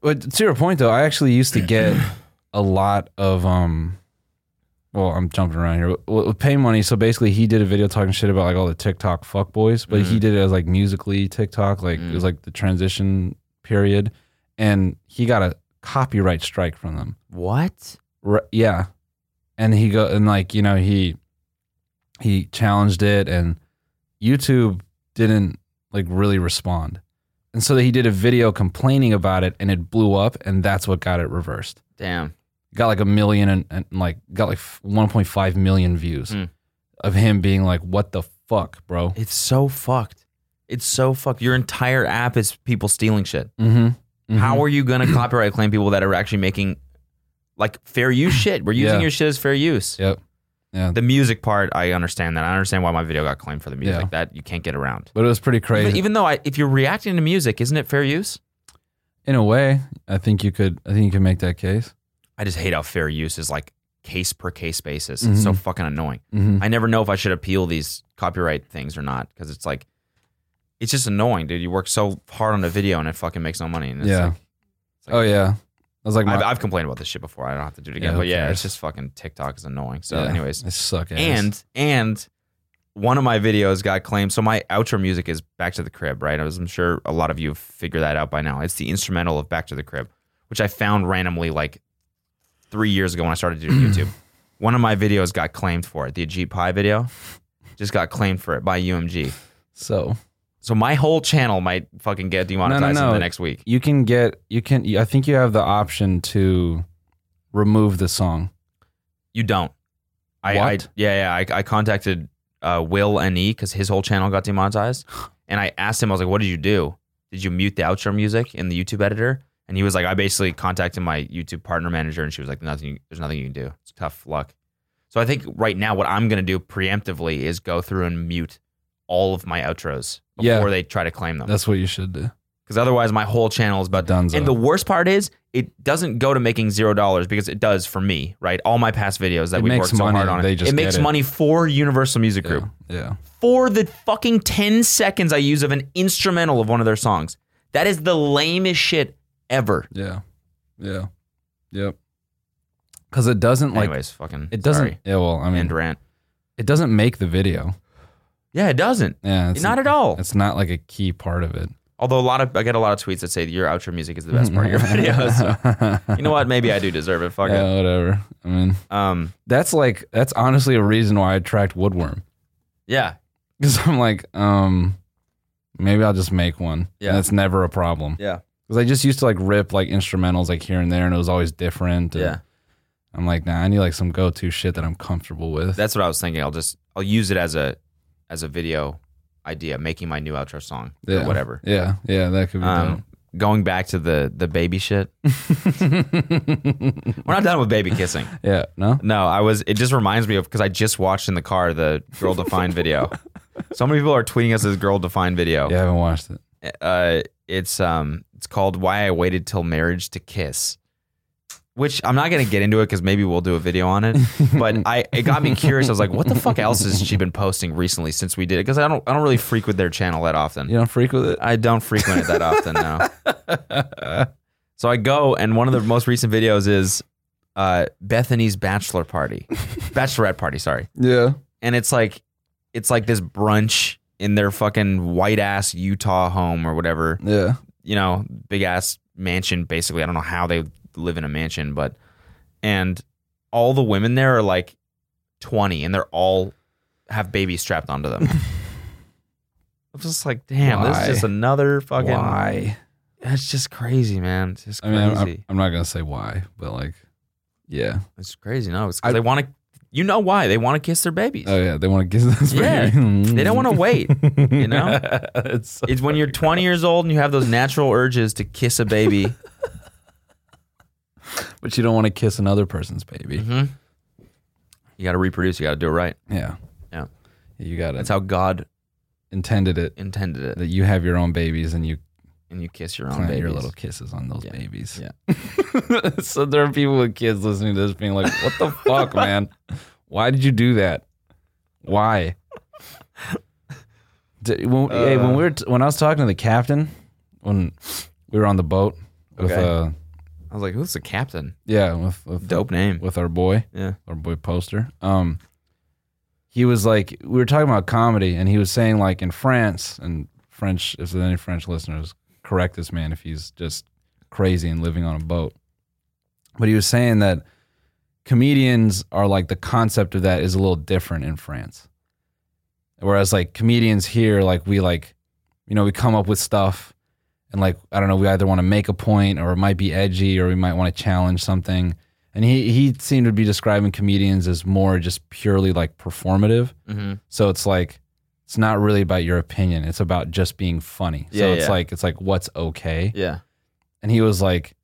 C: But to your point though, I actually used to get a lot of um well, I'm jumping around here. but With pay money, so basically he did a video talking shit about like all the TikTok fuckboys, but he did it as like musically TikTok, like it was like the transition period and he got a copyright strike from them.
B: what?
C: Ri- yeah. And he go and like, you know, he he challenged it and YouTube didn't like really respond. And so he did a video complaining about it and it blew up and that's what got it reversed.
B: Damn.
C: Got like a million and, and like got like 1.5 million views
B: Mm.
C: of him being like what the fuck, bro?
B: It's so fucked. It's so fucked. Your entire app is people stealing shit.
C: Mhm. Mhm.
B: How are you
C: *clears throat*
B: gonna copyright claim people that are actually making like fair use shit? We're using
C: Yeah.
B: your shit as fair use.
C: Yep. Yeah.
B: The music part, I understand that. I understand why my video got claimed for the music.
C: Yeah.
B: That you can't get around.
C: But it was pretty crazy.
B: Even, even though I, if you're reacting to music, isn't it fair use?
C: In a way, I think you could I think you could make that case.
B: I just hate how fair use is like case per case basis. It's
C: Mm-hmm.
B: so fucking annoying.
C: Mhm.
B: I never know if I should appeal these copyright things or not because it's like, it's just annoying, dude. You work so hard on a video and it fucking makes no money. And it's
C: Yeah.
B: like-
C: oh yeah. I was like my,
B: I've, I've complained about this shit before. I don't have to do it again.
C: Yeah, who
B: but yeah,
C: cares?
B: it's just fucking TikTok is annoying. So,
C: Yeah.
B: anyways,
C: I suck ass.
B: and and one of my videos got claimed. So my outro music is "Back to the Crib," right? As I'm sure a lot of you have figured that out by now. It's the instrumental of "Back to the Crib," which I found randomly like three years ago when I started doing
C: *clears throat*
B: YouTube. One of my videos got claimed for it. The Ajit Pie video just got claimed for it by UMG.
C: so
B: So my whole channel might fucking get demonetized in
C: no.
B: the next week.
C: you can get you can I think you have the option to remove the song.
B: You don't. I, I
C: What?
B: yeah, yeah. I, I contacted uh, Will and E because his whole channel got
C: *sighs*
B: demonetized, and I asked him. I was like, "What did you do? Did you mute the outro music in the YouTube editor?" And he was like, "I basically contacted my YouTube partner manager, and she was like, nothing. There's nothing you can do. It's tough luck." So I think right now what I'm gonna do preemptively is go through and mute all of my outros
C: Yeah.
B: before they try to claim them.
C: That's what you should do.
B: Because otherwise, my whole channel is about
C: Dunzo.
B: and the worst part is, it doesn't go to making zero dollars because it does for me, right? All my past videos that
C: It
B: we
C: makes
B: worked so
C: money,
B: hard on,
C: they just
B: it makes
C: get it.
B: money for Universal Music Group
C: yeah.
B: for the fucking ten seconds I use of an instrumental of one of their songs. That is the lamest shit ever.
C: Yeah. Yeah. Yep. Cuz it doesn't like
B: Anyways, fucking
C: it doesn't
B: sorry.
C: Yeah, well, I mean
B: end rant.
C: it doesn't make the video.
B: Yeah, it doesn't.
C: Yeah, it's
B: Not at all.
C: It's not like a key part of it.
B: Although a lot of I get a lot of tweets that say your outro music is the best
C: *laughs*
B: part of your videos. So, you know what? Maybe I do deserve it. Fuck
C: Yeah, whatever. I mean,
B: it. Um,
C: that's like that's honestly a reason why I tracked woodworm. *laughs*
B: yeah,
C: Because I'm like, um, maybe I'll just make one.
B: Yeah.
C: And it's never a problem.
B: yeah,
C: Because I just used to like rip like instrumentals like here and there and it was always different. and
B: yeah.
C: I'm like, nah, I need like some go to shit that I'm comfortable with.
B: That's what I was thinking. I'll just I'll use it as a as a video idea, making my new outro song
C: Yeah.
B: or whatever.
C: yeah. Yeah. That could be
B: Um, going back to the the baby shit,
C: dope.
B: we're not done with baby kissing.
C: yeah. No?
B: No, I was. It just reminds me of because I just watched in the car the girl defined video. So many people are tweeting us this girl defined video.
C: Yeah. I haven't watched it.
B: Uh, it's um, it's called "Why I Waited Till Marriage to Kiss," which I'm not gonna get into it because maybe we'll do a video on it. But I, it got me curious. I was like, what the fuck else has she been posting recently since we did it? Because I don't, I don't really frequent their channel that often.
C: You don't freak with it?
B: I don't frequent it that often now. So I go, and one of the most recent videos is uh, Bethany's bachelor party, bachelorette party. Sorry,
C: Yeah.
B: and it's like, it's like this brunch in their fucking white ass Utah home or whatever.
C: Yeah.
B: You know, big ass mansion. Basically, I don't know how they live in a mansion, but and all the women there are like twenty, and they're all have babies strapped onto
C: *laughs*
B: them. I'm just like, damn, this
C: Why?
B: is just another *laughs* fucking.
C: Why?
B: That's just crazy, man. It's just
C: I
B: crazy.
C: mean, I'm, I'm- I'm not going to say why, but like, yeah.
B: It's crazy. No, it's
C: I-
B: because they want to. You know why they want to kiss their babies?
C: Oh, yeah. They want *laughs* to give this
B: Yeah.
C: baby-
B: they don't
C: *laughs*
B: want to wait.
C: you
B: know?
C: *laughs* it's so
B: It's when you're 20 years old and you have those natural urges to kiss a
C: *laughs*
B: baby.
C: but you don't want to kiss another person's baby.
B: Mhm. You got to reproduce. You got to do it right.
C: Yeah.
B: Mm-hmm. Yeah.
C: You got
B: That's
C: it.
B: how God
C: Intended it
B: intended it.
C: that you have your own babies and you
B: And you kiss your own
C: plant
B: babies.
C: your little kisses on those
B: Yeah.
C: babies. Yeah. *laughs* so there are people with kids listening to this being like, what the fuck,
B: *laughs*
C: man? Why did you do that? Why? D- when, hey,
B: Uh.
C: when we were t- when I was talking to the captain when we were on the boat with
B: Okay.
C: uh
B: I was like, who's the captain?
C: yeah with, with
B: Dope name.
C: with our boy
B: Yeah.
C: our boy poster. Um, he was like, we were talking about comedy, and he was saying like in France, and French. If there's any French listeners, correct this man if he's just crazy and living on a boat. But he was saying that comedians are like the concept of that is a little different in France, whereas like comedians here, like we like, you know, we come up with stuff. and like I don't know, we either want to make a point or it might be edgy or we might want to challenge something. And he he seemed to be describing comedians as more just purely like performative.
B: Mm-hmm.
C: So it's like it's not really about your opinion. It's about just being funny. So
B: Yeah,
C: it's
B: yeah.
C: like it's like what's okay.
B: Yeah.
C: And he was like,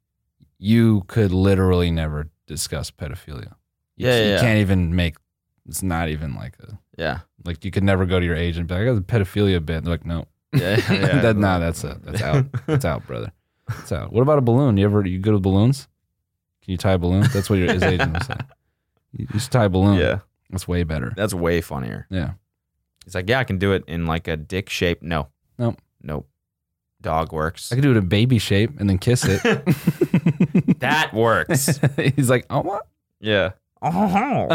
C: You could literally never discuss pedophilia. You,
B: Yeah, yeah,
C: you
B: yeah.
C: can't even make it's not even like a
B: *laughs* Yeah.
C: like you could never go to your agent and be like, I got a pedophilia bit. And they're like, no,
B: Yeah.
C: *laughs*
B: yeah.
C: that, nah, that's it. That's out. That's out, brother. That's out. What about a balloon? You ever you good with balloons? Can you tie a balloon? That's what your his agent was saying. You just tie a balloon.
B: yeah.
C: That's way better.
B: That's way funnier.
C: Yeah.
B: He's like, yeah, I can do it in like a dick shape. No.
C: Nope.
B: Nope. Dog works.
C: I could do it in baby shape and then
B: *laughs*
C: kiss it. *laughs*
B: that works.
C: He's like, oh what?
B: yeah. Oh.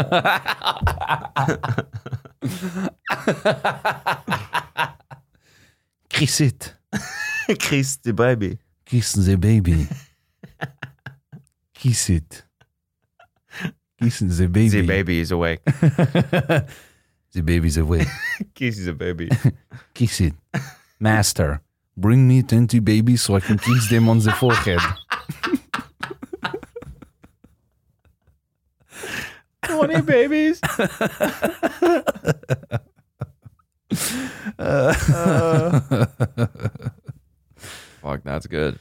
B: *laughs*
C: Kiss it.
B: Kiss the baby.
C: Kiss
B: *laughs*
C: the baby. Kiss it. Kiss the baby.
B: The baby is
C: *laughs*
B: awake.
C: the baby's awake.
B: Kiss the baby.
C: Kiss it. Master, bring me 20 babies so I can kiss them on the forehead.
B: Twenty *laughs* babies.
C: Uh.
B: Fuck, that's good.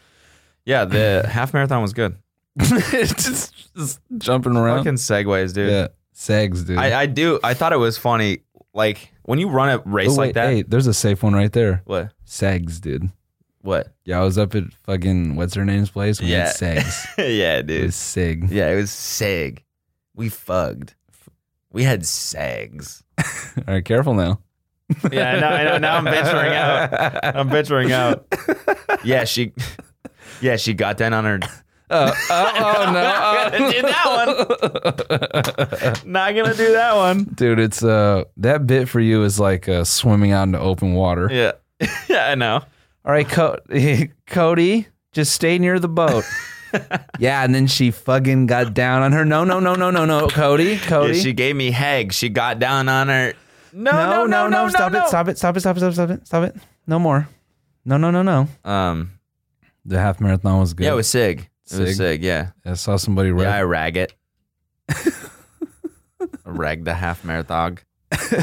B: Yeah, the half marathon was good.
C: *laughs* just, just jumping around.
B: Fucking segues, dude.
C: yeah. Segs, dude.
B: I, I do. I thought it was funny. Like when you run a race
C: Oh,
B: like
C: wait,
B: that.
C: Hey, there's a safe one right there.
B: What?
C: Segs, dude.
B: What? *laughs*
C: Yeah, I was up at fucking what's her name's place. We had
B: Yeah. *laughs*
C: Segs.
B: yeah,
C: It
B: dude.
C: was Sig.
B: Yeah, it was seg. We fugged. We had segs.
C: All right, careful now.
B: Yeah, I know, I know. Now I'm venturing out. I'm venturing out. *laughs* Yeah, she. Yeah, she got down on *laughs* her.
C: Uh, oh, oh,
B: Not
C: no.
B: gonna do that one. Not gonna do that one.
C: *laughs* Dude, it's uh that bit for you is like uh, swimming out into open water.
B: Yeah. *laughs* yeah, I know.
C: All right, Co- *laughs* Cody, just stay near
B: *laughs*
C: the boat. yeah, and then she fucking got down on her. No, no, no, no, no, no, Cody,
B: Yeah,
C: Cody.
B: she gave me hag. She got down on her. No, no, no, no, no,
C: stop
B: no.
C: it, stop it, stop it, stop it, stop it, stop it, stop it. No more. No, no, no, no.
B: Um.
C: The half marathon was good.
B: Yeah, it was sig. It was
C: Sig.
B: sig. Yeah.
C: I saw somebody
B: Yeah,
C: ref-
B: I rag
C: *laughs*
B: it. I rag the half
C: *laughs*
B: marathon. I'm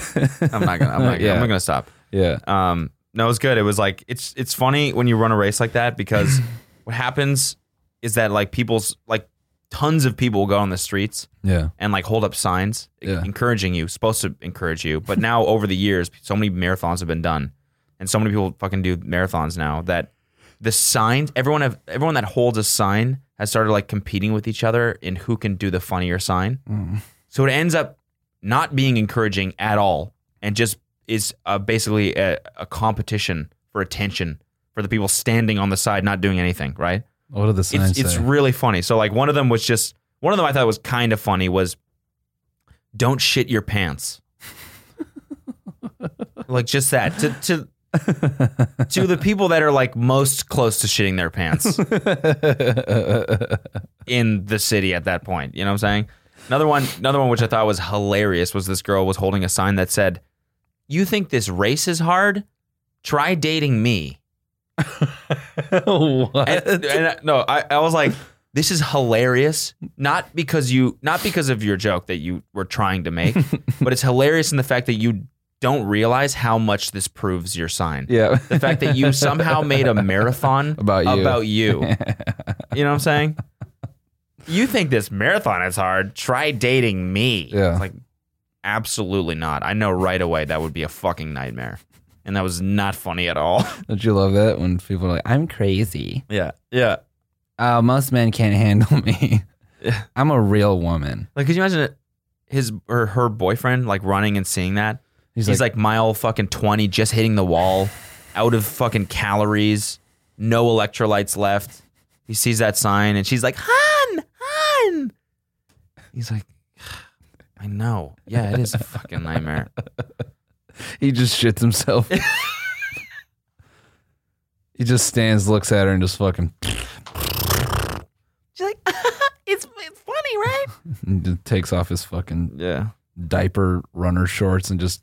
B: not gonna. I'm not,
C: Yeah.
B: I'm not gonna stop.
C: yeah.
B: Um, no, it was good. It was like it's it's funny when you run a race like that because what happens is that like people's like tons of people will go on the streets
C: Yeah.
B: and like hold up signs
C: Yeah.
B: encouraging you, supposed to encourage you. But now over the years, so many marathons have been done, and so many people fucking do marathons now that the signs everyone have everyone that holds a sign has started like competing with each other in who can do the funnier sign. So it ends up not being encouraging at all, and just is uh, basically a, a competition for attention for the people standing on the side not doing anything, right?
C: What are the signs
B: it's, it's
C: say?
B: really funny. So like one of them was just one of them I thought was kind of funny was don't shit your pants. like just that to to to the people that are like most close to shitting their pants in the city at that point, you know what I'm saying? Another one another one which I thought was hilarious was this girl was holding a sign that said, "You think this race is hard? Try dating me."
C: *laughs*
B: *laughs*
C: what?
B: and, and I- no, I, I was like, this is hilarious. Not because you, not because of your joke that you were trying to
C: *laughs*
B: make, but it's hilarious in the fact that you don't realize how much this proves your sign.
C: yeah. *laughs*
B: The fact that you somehow made a marathon
C: About you.
B: About
C: *laughs*
B: you. You know what I'm saying? You think this marathon is hard? Try dating me.
C: Yeah.
B: It's like, absolutely not. I know right away that would be a fucking nightmare. And that was not funny at all.
C: Don't you love that when people are like, I'm crazy.
B: Yeah. Yeah.
C: Uh, most men can't handle *laughs* me. I'm a real woman.
B: Like, could you imagine it- his or her boyfriend like running and seeing that? He's, like, mile fucking twenty, just hitting the wall, out of fucking calories, no electrolytes left. He sees that sign and she's like, "Hun, hun." He's like, "I know, yeah, it is a fucking nightmare."
C: he just
B: *laughs*
C: shits himself. he just stands, looks at her, and just fucking
B: She's like, *laughs* "It's it's funny, right?"
C: and just takes off his fucking
B: Yeah,
C: diaper runner shorts and just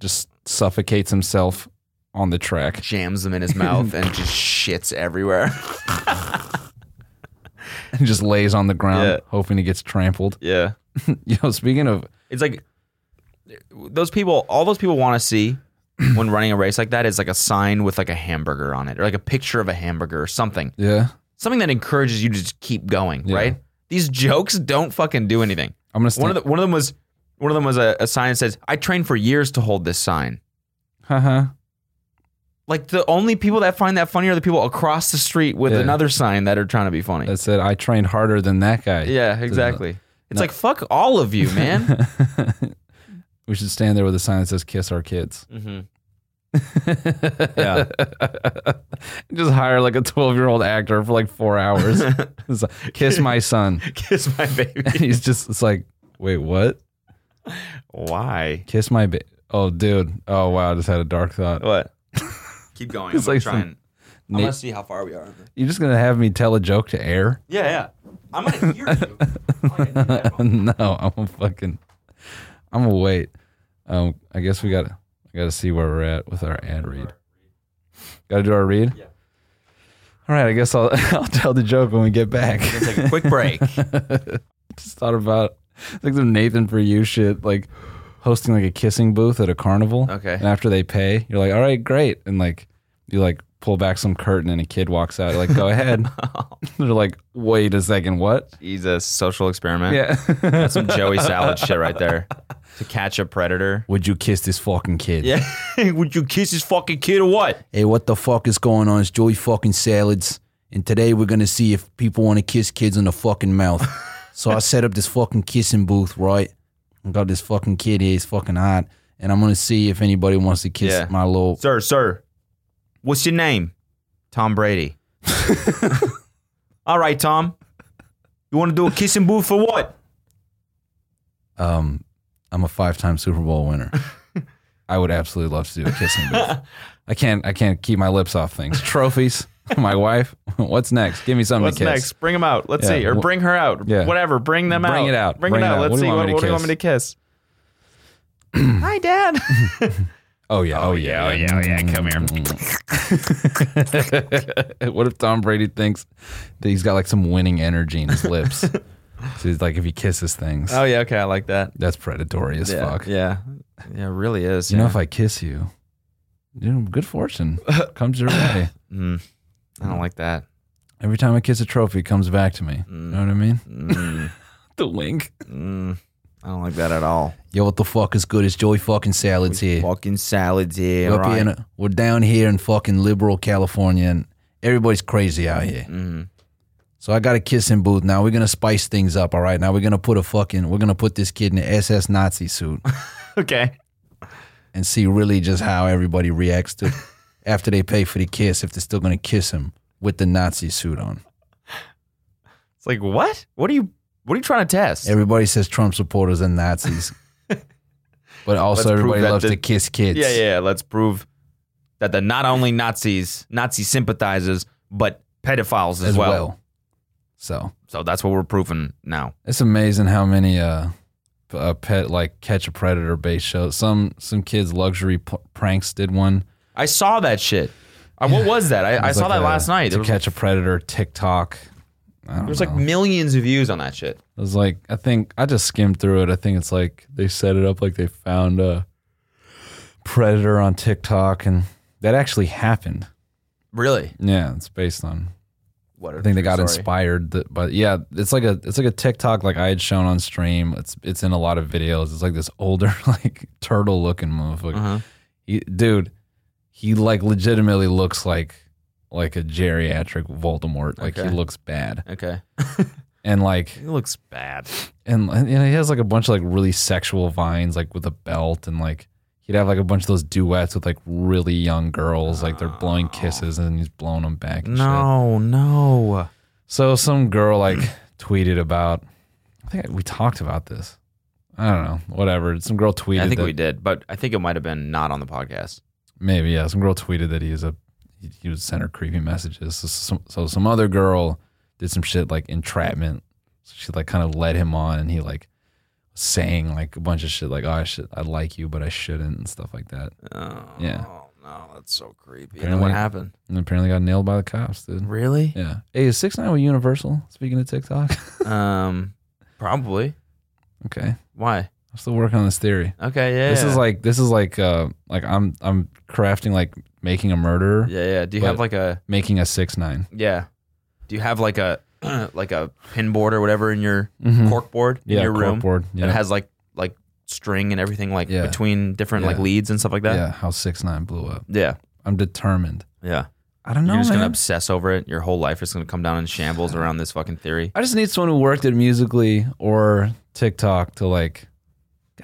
C: just suffocates himself on the track. *laughs*
B: jams them in his mouth and just shits everywhere. *laughs*
C: and just lays on the ground,
B: Yeah.
C: hoping he gets trampled. *laughs*
B: Yeah.
C: Yo, speaking of,
B: It's like those people, all those people want to see *clears throat* when running a race like that is like a sign with like a hamburger on it or like a picture of a hamburger or something.
C: yeah,
B: Something that encourages you to just keep going,
C: Yeah.
B: right? These jokes don't fucking do anything.
C: I'm gonna. St-
B: One of the, one of them was one of them was a, a sign that says, "I trained for years to hold this sign."
C: Haha.
B: Like the only people that find that funny are the people across the street with
C: Yeah.
B: another sign that are trying to be funny.
C: that said, I trained harder than that guy.
B: yeah, exactly. It's
C: No.
B: like fuck all of you, man.
C: *laughs* we should stand there with a sign that says "Kiss our kids."
B: mm-hmm.
A: Yeah.
C: *laughs* just hire like a 12 year old actor for like four hours. It's like, Kiss my
B: *laughs*
C: son,
B: Kiss my baby.
C: and he's just it's like, wait, what?
B: Why?
C: Kiss my ba- oh, dude, oh wow, I just had a dark thought.
B: What? *laughs* Keep going.
C: It's
B: I'm
C: like
B: trying.
C: some-
B: I'm
C: Na-
B: gonna see how far we are.
C: You're just gonna have me tell a joke to air? *laughs*
B: Yeah, yeah. I'm gonna hear *laughs* you.
C: no, I'm a fucking, I'm a wait. Um, I guess we got to, got to see where we're at with our ad read. Got to do our read. Yeah. All right, I guess I'll *laughs* I'll tell the joke when we get back.
B: Take a quick break.
C: Just thought about it's like some Nathan for you shit, like hosting like a kissing booth at a carnival.
B: Okay.
C: And after they pay, you're like, all right, great, and like you like pull back some curtain and a kid walks out. You're like,
B: *laughs*
C: go ahead. *laughs* They're like, wait a second, what?
B: He's a social experiment.
C: Yeah.
B: That's some Joey Salad shit right there. *laughs* To catch a predator.
C: *laughs* Would you kiss this fucking kid?
B: Yeah. Would you kiss his fucking kid or what?
D: Hey, what the fuck is going on? It's Joey fucking Salads. And today we're gonna see if people wanna kiss kids in the fucking
B: *laughs*
D: mouth. so I set up this fucking kissing booth, right? I got this fucking kid here, he's fucking hot. And I'm gonna see if anybody wants to kiss
B: Yeah.
D: my little
B: Sir, sir. What's your name? Tom *laughs* Brady. All right, Tom. You want to do a kissing booth for what?
D: um
C: I'm a five-time Super Bowl
B: *laughs*
C: winner. I would absolutely love to do a kissing booth. I can't. I can't keep my lips off
B: *laughs*
D: *laughs*
C: things. Trophies. My wife. What's next? Give me something
B: What's
C: to kiss.
B: next? Bring them out. Let's
C: Yeah.
B: see. Or
C: Wh-
B: bring her out.
C: Yeah.
B: Whatever. Bring them
C: Bring
B: out.
C: it out.
B: Bring, it out. Let's
C: What do
B: see.
C: you
B: What,
C: want me to
B: what do you want me to kiss?
C: *clears throat*
B: Hi,
C: *laughs*
B: Dad.
C: Oh yeah. Oh, yeah. Oh yeah.
B: yeah. Come here.
C: *laughs* what if Tom Brady thinks that he's got like some winning energy in his lips? so he's like, if he kisses things,
B: Oh, yeah. Okay. I like that.
C: that's predatory as
B: yeah.
C: fuck.
B: Yeah. Yeah, it really is.
C: You know,
B: yeah.
C: if I kiss you, you know, good fortune comes your way.
B: Mm. I don't like that.
C: Every time I kiss a trophy, it comes back to me. You know what I mean?
B: Mm.
C: *laughs* The wink.
B: Mm. I don't like that at all.
D: yo, what the fuck is good? It's Joey fucking Salads here.
B: Fucking salads here.
D: We're, up
B: right?
D: here in, we're down here in fucking liberal California and everybody's crazy out here.
B: Mm.
D: So I got a kissing booth. Now we're gonna spice things up, all right? Now we're gonna put a fucking we're gonna put this kid in an SS Nazi
B: *laughs*
D: suit.
B: Okay.
D: and see really just how everybody reacts
B: *laughs*
D: to after they pay for the kiss if they're still going to kiss him with the Nazi suit
B: *laughs*
D: on.
B: It's like what? What are you? What are you trying to test?
D: Everybody says Trump supporters are
B: *laughs*
D: Nazis. but also
B: Let's prove
D: everybody
B: that
D: loves
B: the-
D: to kiss kids.
B: yeah, yeah. Let's prove that the not only Nazis, Nazi sympathizers, but pedophiles as,
D: as well.
B: well.
D: So,
B: So that's what we're proving now.
C: It's amazing how many uh, p- uh pet like catch a predator based shows. Some some kids luxury p- pranks did one.
B: I saw that shit. Uh, What was that?
C: It
B: I, I
C: was
B: saw
C: like
B: that
C: a-
B: last night.
C: To
B: There was,
C: catch a predator TikTok. I don't
B: there was
C: know.
B: like millions of views on that shit.
C: It was like I think I just skimmed through it. I think it's like they set it up like they found a predator on TikTok, and that actually happened.
B: Really?
C: Yeah, it's based on.
B: What?
C: I think they got inspired, that, but yeah, it's like a it's like a TikTok like I had shown on stream. It's it's in a lot of videos. It's like this older *laughs* like turtle looking motherfucker.
B: Uh-huh.
C: He, dude, he like legitimately looks like like a geriatric Voldemort. Like
B: Okay.
C: he looks bad,
B: Okay.
C: and like
B: It looks bad.
C: and and he has like a bunch of like really sexual vines like with a belt and like he'd have like a bunch of those duets with like really young girls like they're blowing kisses and he's blowing them back and shit.
B: No, no.
C: So some girl like *clears throat* tweeted about I think we talked about this. I don't know, whatever. Some girl tweeted
B: I think
C: that,
B: we did, but I think it might have been not on the podcast.
C: maybe yeah, some girl tweeted that he is a he, he would send her creepy messages. So some, so some other girl did some shit like entrapment. So she like kind of led him on, and he like was saying like a bunch of shit like oh I should I like you but I shouldn't and stuff like that.
B: Oh,
C: Yeah.
B: no. Oh, that's so creepy.
C: And then what Apparently-
B: happened?
C: And apparently got nailed by the cops, dude.
B: Really?
C: Yeah. Hey, is six nine with Universal? Speaking of
B: *laughs*
C: TikTok. *laughs*
B: um, probably.
C: okay.
B: Why?
C: I'm still working on this theory.
B: Okay, yeah.
C: This
B: yeah.
C: is like this is like uh like I'm I'm crafting like making a murderer,
B: Yeah, yeah. Do you
C: but-
B: have like a
C: making a six nine.
B: yeah? Do you have like a *clears throat* like a pin board or whatever in your cork board in
C: Hmm. yeah,
B: your room
C: corkboard.
B: that
C: Yeah.
B: has like like string and everything like
C: Yeah.
B: between different like
C: Yeah.
B: leads and stuff like that?
C: yeah, how six nine blew up.
B: Yeah.
C: I'm determined.
B: Yeah.
C: I don't know.
B: You're just
C: man.
B: gonna obsess over it. Your whole life is gonna come down in shambles around this fucking theory.
C: I just need someone who worked at Musically or TikTok to like,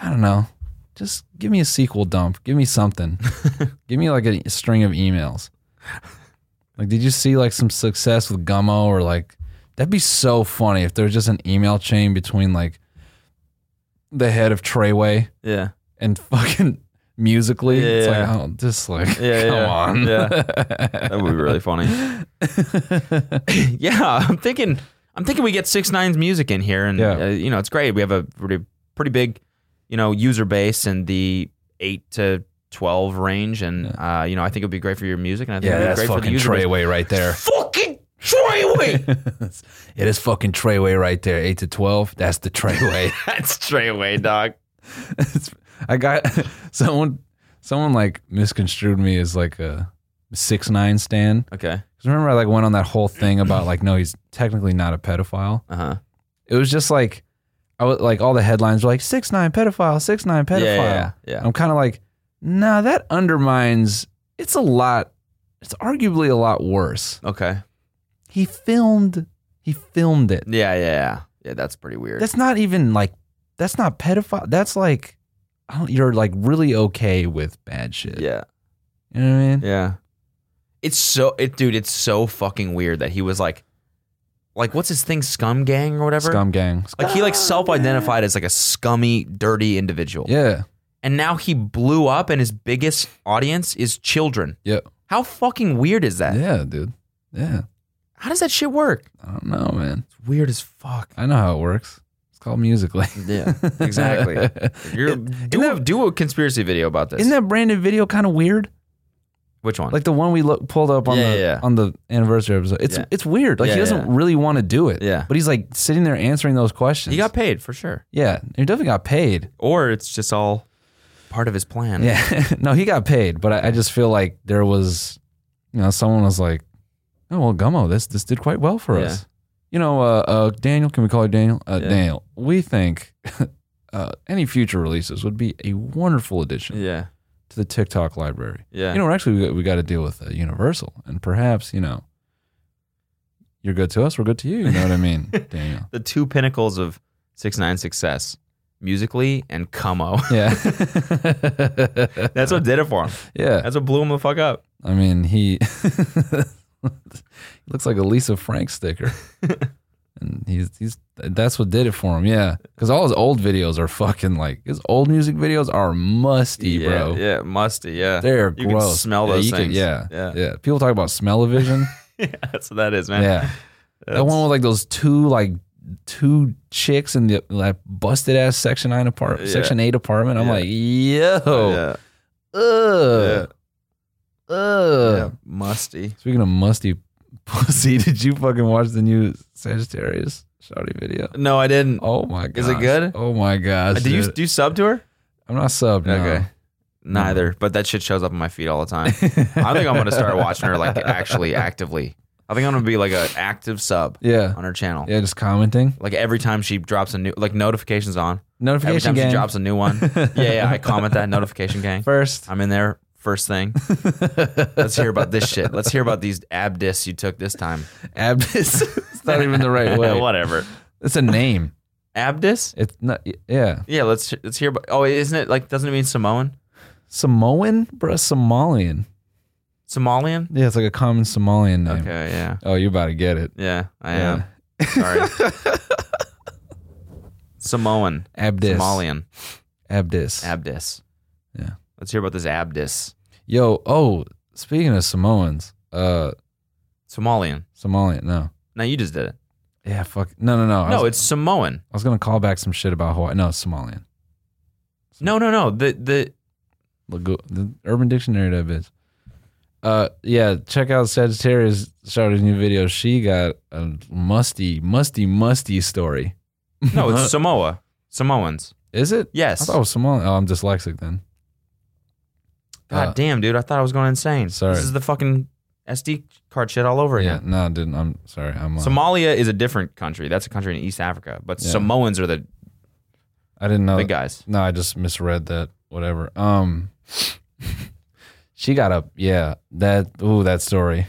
C: I don't know, just give me a sequel dump. Give
B: *laughs*
C: me something. give me like a string of emails. Like, did you see like some success with Gummo or like, that'd be so funny if there was just an email chain between like the head of Treyway
B: Yeah.
C: and *laughs* fucking Musically. It's like,
B: Yeah.
C: oh, just like,
B: Yeah,
C: *laughs* come
B: yeah.
C: on.
B: Yeah. That would be really funny. *laughs*
C: *laughs*
B: yeah, I'm thinking. I'm thinking we get Six Nine's music in here, and uh,
C: Yeah.
B: you know it's great. We have a pretty, pretty big, you know, user base in the eight to twelve range, and uh, you know I think it'd be great for your music, and I think
D: Yeah,
B: it'd be
D: that's
B: great for the
D: fucking
B: user base.
D: Treyway right there.
B: Fucking Treyway.
D: *laughs* it is fucking Treyway right there. 8 to 12, that's the Treyway.
B: *laughs* That's Treyway, dog.
C: *laughs* It's- I got *laughs* someone someone like misconstrued me as like a six nine stan.
B: Okay.
C: Cause remember I like went on that whole thing about like no, he's technically not a pedophile.
B: Uh huh.
C: It was just like I was like all the headlines were like six nine pedophile, six nine
B: Yeah,
C: pedophile.
B: yeah, yeah.
C: I'm kind of like, nah, that undermines. It's a lot. It's arguably a lot worse.
B: Okay.
C: He filmed. He filmed it.
B: Yeah, yeah, yeah. Yeah, that's pretty weird.
C: That's not even like. That's not pedophile. That's like. I don't, you're like really okay with bad shit.
B: yeah,
C: You know what I mean?
B: yeah. It's so it, dude. It's so fucking weird that he was like, like, what's his thing, Scum Gang or whatever.
C: Scum gang.
B: Like he like self-identified as like a scummy, dirty individual.
C: Yeah.
B: And now he blew up and his biggest audience is children.
C: Yeah.
B: How fucking weird is that?
C: Yeah, dude. Yeah.
B: How does that shit work?
C: I don't know, man.
B: It's weird as fuck.
C: I know how it works. It's called musically. *laughs*
B: Yeah. Exactly. You're, do, a, do a conspiracy video about this.
C: Isn't that Brandon video kind of weird?
B: Which one?
C: Like the one we lo- pulled up on
B: Yeah,
C: the
B: yeah, yeah.
C: on the anniversary episode. It's
B: Yeah.
C: it's weird. Like
B: Yeah,
C: he doesn't
B: yeah.
C: really want to do it.
B: Yeah.
C: But he's like sitting there answering those questions.
B: he got paid for sure.
C: yeah. He definitely got paid.
B: Or it's just all part of his plan.
C: Yeah. *laughs* no, he got paid, but I, I just feel like there was, you know, someone was like, oh, well, Gummo, this, this did quite well for
B: Yeah.
C: us. You know, uh, uh, Daniel, can we call you Daniel? Uh,
B: Yeah.
C: Daniel, we think *laughs* uh, any future releases would be a wonderful addition
B: Yeah.
C: to the TikTok library.
B: Yeah.
C: You know, actually, we got, we got to deal with uh, Universal, and perhaps, you know, you're good to us, we're good to you. You know what
B: *laughs*
C: I mean, Daniel?
B: the two pinnacles of 6 9 success, musically and *laughs* Cummo.
C: Yeah. *laughs*
B: That's what did it for him.
C: yeah.
B: That's what blew him the fuck up.
C: I mean, he *laughs* looks like a Lisa Frank sticker.
B: *laughs*
C: and he's he's that's what did it for him. Yeah. Cuz all his old videos are fucking like his old music videos are musty,
B: yeah,
C: bro.
B: Yeah, musty. Yeah,
C: They're
B: You can
C: gross.
B: smell those
C: yeah, you can-
B: things.
C: yeah,
B: Yeah.
C: yeah. People talk
B: *laughs*
C: about smell-o-vision.
B: *laughs* that's what that is, man.
C: yeah. That one with like those two like two chicks in the like busted ass section 9 apartment,
B: Yeah.
C: section 8 apartment. I'm
B: Yeah.
C: like, "Yo.
B: yeah,
C: Ugh. Ugh."
B: yeah, uh, musty.
C: Speaking of musty *laughs* pussy, did you fucking watch the new Sagittarius Shawty video?
B: No, I didn't.
C: Oh my god.
B: Is it good? Uh,
C: Oh my gosh.
B: Did you
C: dude.
B: do you sub to her?
C: I'm not sub now.
B: Okay. Neither, but that shit shows up on my feed all the
C: *laughs*
B: time. I think I'm gonna start watching her like actually actively. I think I'm gonna be like an active sub
C: Yeah.
B: on her channel.
C: Yeah, just commenting.
B: Like every time she drops a new like notifications on. Every
C: Notification
B: time she
C: gang.
B: drops a new
C: *laughs*
B: one. yeah, yeah. I comment that notification gang.
C: first.
B: I'm in there first
C: *laughs*
B: thing. Let's hear about this shit. Let's hear about these ab discs you took this time.
C: Abdis. *laughs* it's not even the right way.
B: *laughs* Whatever.
C: It's a name.
B: Abdis?
C: It's not yeah.
B: Yeah, let's let's hear about. Oh, isn't it like doesn't it mean Samoan?
C: Samoan, bruh, Somalian.
B: Somalian?
C: Yeah, it's like a common Somalian name.
B: Okay, yeah.
C: Oh, you're about to get it.
B: Yeah, I
C: Yeah.
B: am.
C: *laughs*
B: Sorry. Samoan.
C: Abdis.
B: Somalian.
C: Abdis.
B: Abdis.
C: Yeah.
B: Let's hear about this Abdis.
C: Yo, oh, speaking of Samoans, uh
B: Somalian.
C: Somalian, no.
B: Now you just did it.
C: Yeah, fuck. No, no, no. Oh, I
B: No,
C: was,
B: it's Samoan.
C: I was gonna call back some shit about Hawaii. No, Somalian.
B: No, no, no. The the
C: Lagu- the Urban Dictionary, that bitch. Uh, yeah, check out Sagittarius Shouter's new video. She got a musty, musty, musty story.
B: No,
C: *laughs*
B: it's Samoa. Samoans.
C: Is it? I
B: Yes.
C: thought it was Samoan. Oh, I'm dyslexic then.
B: God
C: uh,
B: damn, dude. I thought I was going insane.
C: sorry.
B: This is the fucking SD card shit all over
C: Yeah,
B: again.
C: no, I didn't. I'm sorry. I'm. Uh,
B: Somalia is a different country. That's a country in East Africa. But
C: Yeah. Uh,
B: Samoans are the
C: I didn't know.
B: big guys.
C: No, I just misread that. Whatever. Um, *laughs* she got up. Yeah, that. Ooh, that story.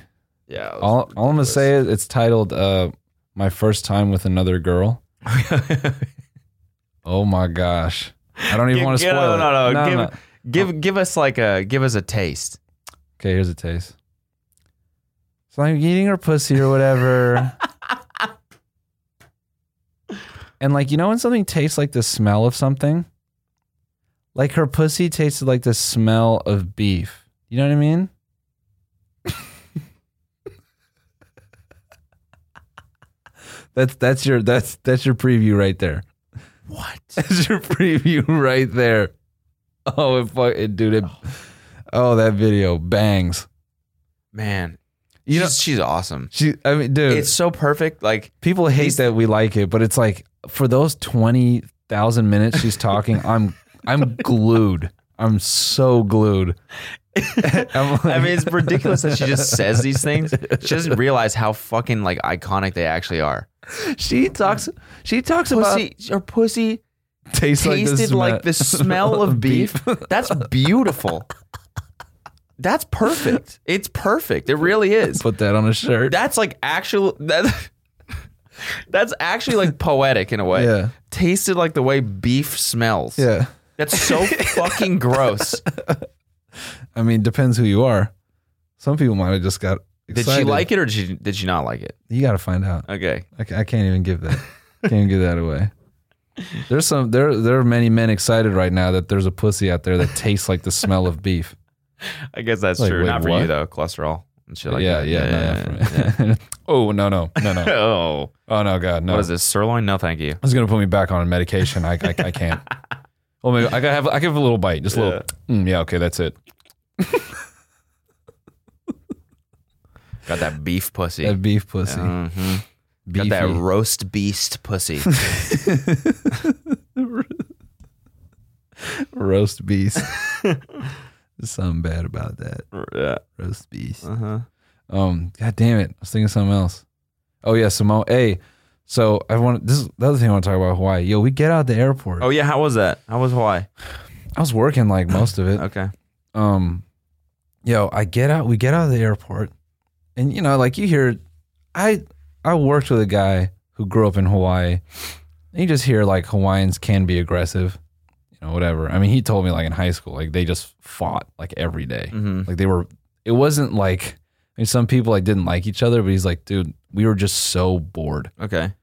B: Yeah. *laughs*
C: All, all I'm gonna say is it's titled uh, "My First Time with Another Girl." Oh my gosh. I don't even
B: Give-
C: want to
B: give-
C: spoil
B: no,
C: it.
B: no, no. Give-
C: Oh.
B: give give us like a give us a taste.
C: Okay, here's a taste. So I'm eating her pussy or *laughs* whatever. and like, you know when something tastes like the smell of something? Like her pussy tasted like the smell of beef. You know what I mean? *laughs* that's that's your that's that's your preview right there.
B: What?
C: *laughs* That's your preview right there. Oh, it fuck it, dude. It, oh, that video bangs.
B: Man.
C: You know,
B: she's, she's awesome.
C: she. I mean, dude,
B: It's so perfect. Like
C: people hate
B: it's-
C: that we like it, but it's like for those twenty thousand minutes she's talking, I'm, I'm glued. I'm so
B: *laughs*
C: glued. I'm like-
B: I mean, it's ridiculous that she
C: *laughs*
B: just says these things. She doesn't realize how fucking like iconic they actually are.
C: she talks. She talks about
B: Pussy, her pussy
C: tastes
B: tasted like the smell of beef. That's beautiful. That's perfect. It's perfect. It really is.
C: *laughs* Put that on a shirt.
B: That's like actual. That, *laughs* that's actually like poetic in a way.
C: Yeah.
B: Tasted like the way beef smells.
C: yeah.
B: That's so fucking
C: *laughs*
B: gross.
C: I mean, depends who you are. Some people might have just got.
B: Did
C: Excited.
B: she like it or did she did she not like it?
C: You got to find out.
B: Okay.
C: I, ca- I can't even give that. can't even give that away. There's some there there are many men excited right now that there's a pussy out there that tastes like the smell of beef.
B: I guess that's
C: Like,
B: true.
C: wait,
B: not for you
C: what?
B: though. Cholesterol and shit like
C: yeah,
B: that.
C: yeah, no, not for me. *laughs* oh no no no
B: yeah.
C: no.
B: oh,
C: Oh no God no.
B: what is this sirloin? No, thank you.
C: It's gonna put me back on medication. I I, I can't. Well, maybe I gotta have I give a little bite, just a little. Mm, yeah, okay, that's it.
B: Got that beef pussy.
C: That beef pussy,
B: Mhm. Got
C: beefy.
B: that roast beast
C: *laughs*
B: pussy.
C: roast beast. There's something bad about that
B: yeah.
C: roast beast.
B: Uh-huh.
C: Um, god damn it, I was thinking something else. Oh yeah, Samoa. Hey, so I want this. Is the other thing I want to talk about Hawaii. Yo, we get out the airport.
B: Oh yeah. How was that? How was Hawaii?
C: I was
B: *clears throat*
C: working like most of it.
B: Okay.
C: Um, yo, I get out. We get out of the airport, and you know, like you hear, I I worked with a guy who grew up in Hawaii. And you just hear like Hawaiians can be aggressive, you know, whatever. I mean, he told me like in high school, like they just fought like every day.
B: Mm-hmm.
C: Like they were, it wasn't like, I mean, some people like didn't like each other, but he's like, dude, we were just so bored.
B: Okay.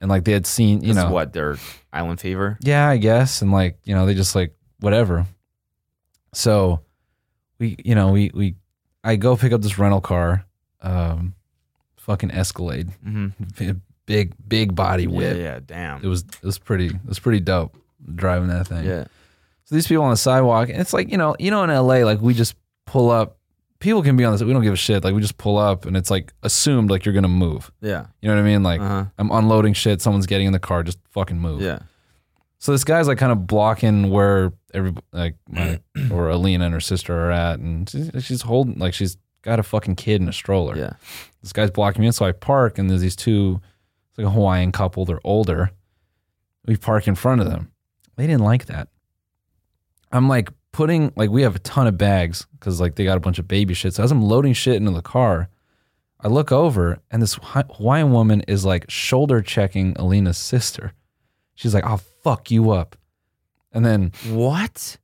C: And like they had seen, you
B: This is
C: know,
B: what their island fever.
C: yeah, I guess. And like, you know, they just like, whatever. So we, you know, we, we, I go pick up this rental car, um, fucking Escalade, *laughs*
B: Mm-hmm.
C: big, big body
B: Yeah.
C: whip.
B: Yeah.
C: It
B: Damn.
C: was, it was pretty, it was pretty dope driving that thing.
B: Yeah.
C: So these people on the sidewalk, and it's like, you know, you know, in LA, like we just pull up. People can be on this. We don't give a shit. Like we just pull up, and it's like assumed like you're gonna move.
B: Yeah.
C: You know what I mean? Like
B: Uh-huh.
C: I'm unloading shit. Someone's getting in the car. Just fucking move.
B: Yeah.
C: So this guy's like kind of blocking where every like
B: *clears throat*
C: my or Alina and her sister are at, and she's, she's holding like she's got a fucking kid in a stroller.
B: Yeah.
C: This guy's blocking me in, so I park, and there's these two, it's like a Hawaiian couple. They're older. We park in front of them. They didn't like that. I'm like putting like we have a ton of bags because like they got a bunch of baby shit. So as I'm loading shit into the car, I look over and this Haw- Hawaiian woman is like shoulder checking Alina's sister. She's like, "I'll fuck you up," and then
B: What?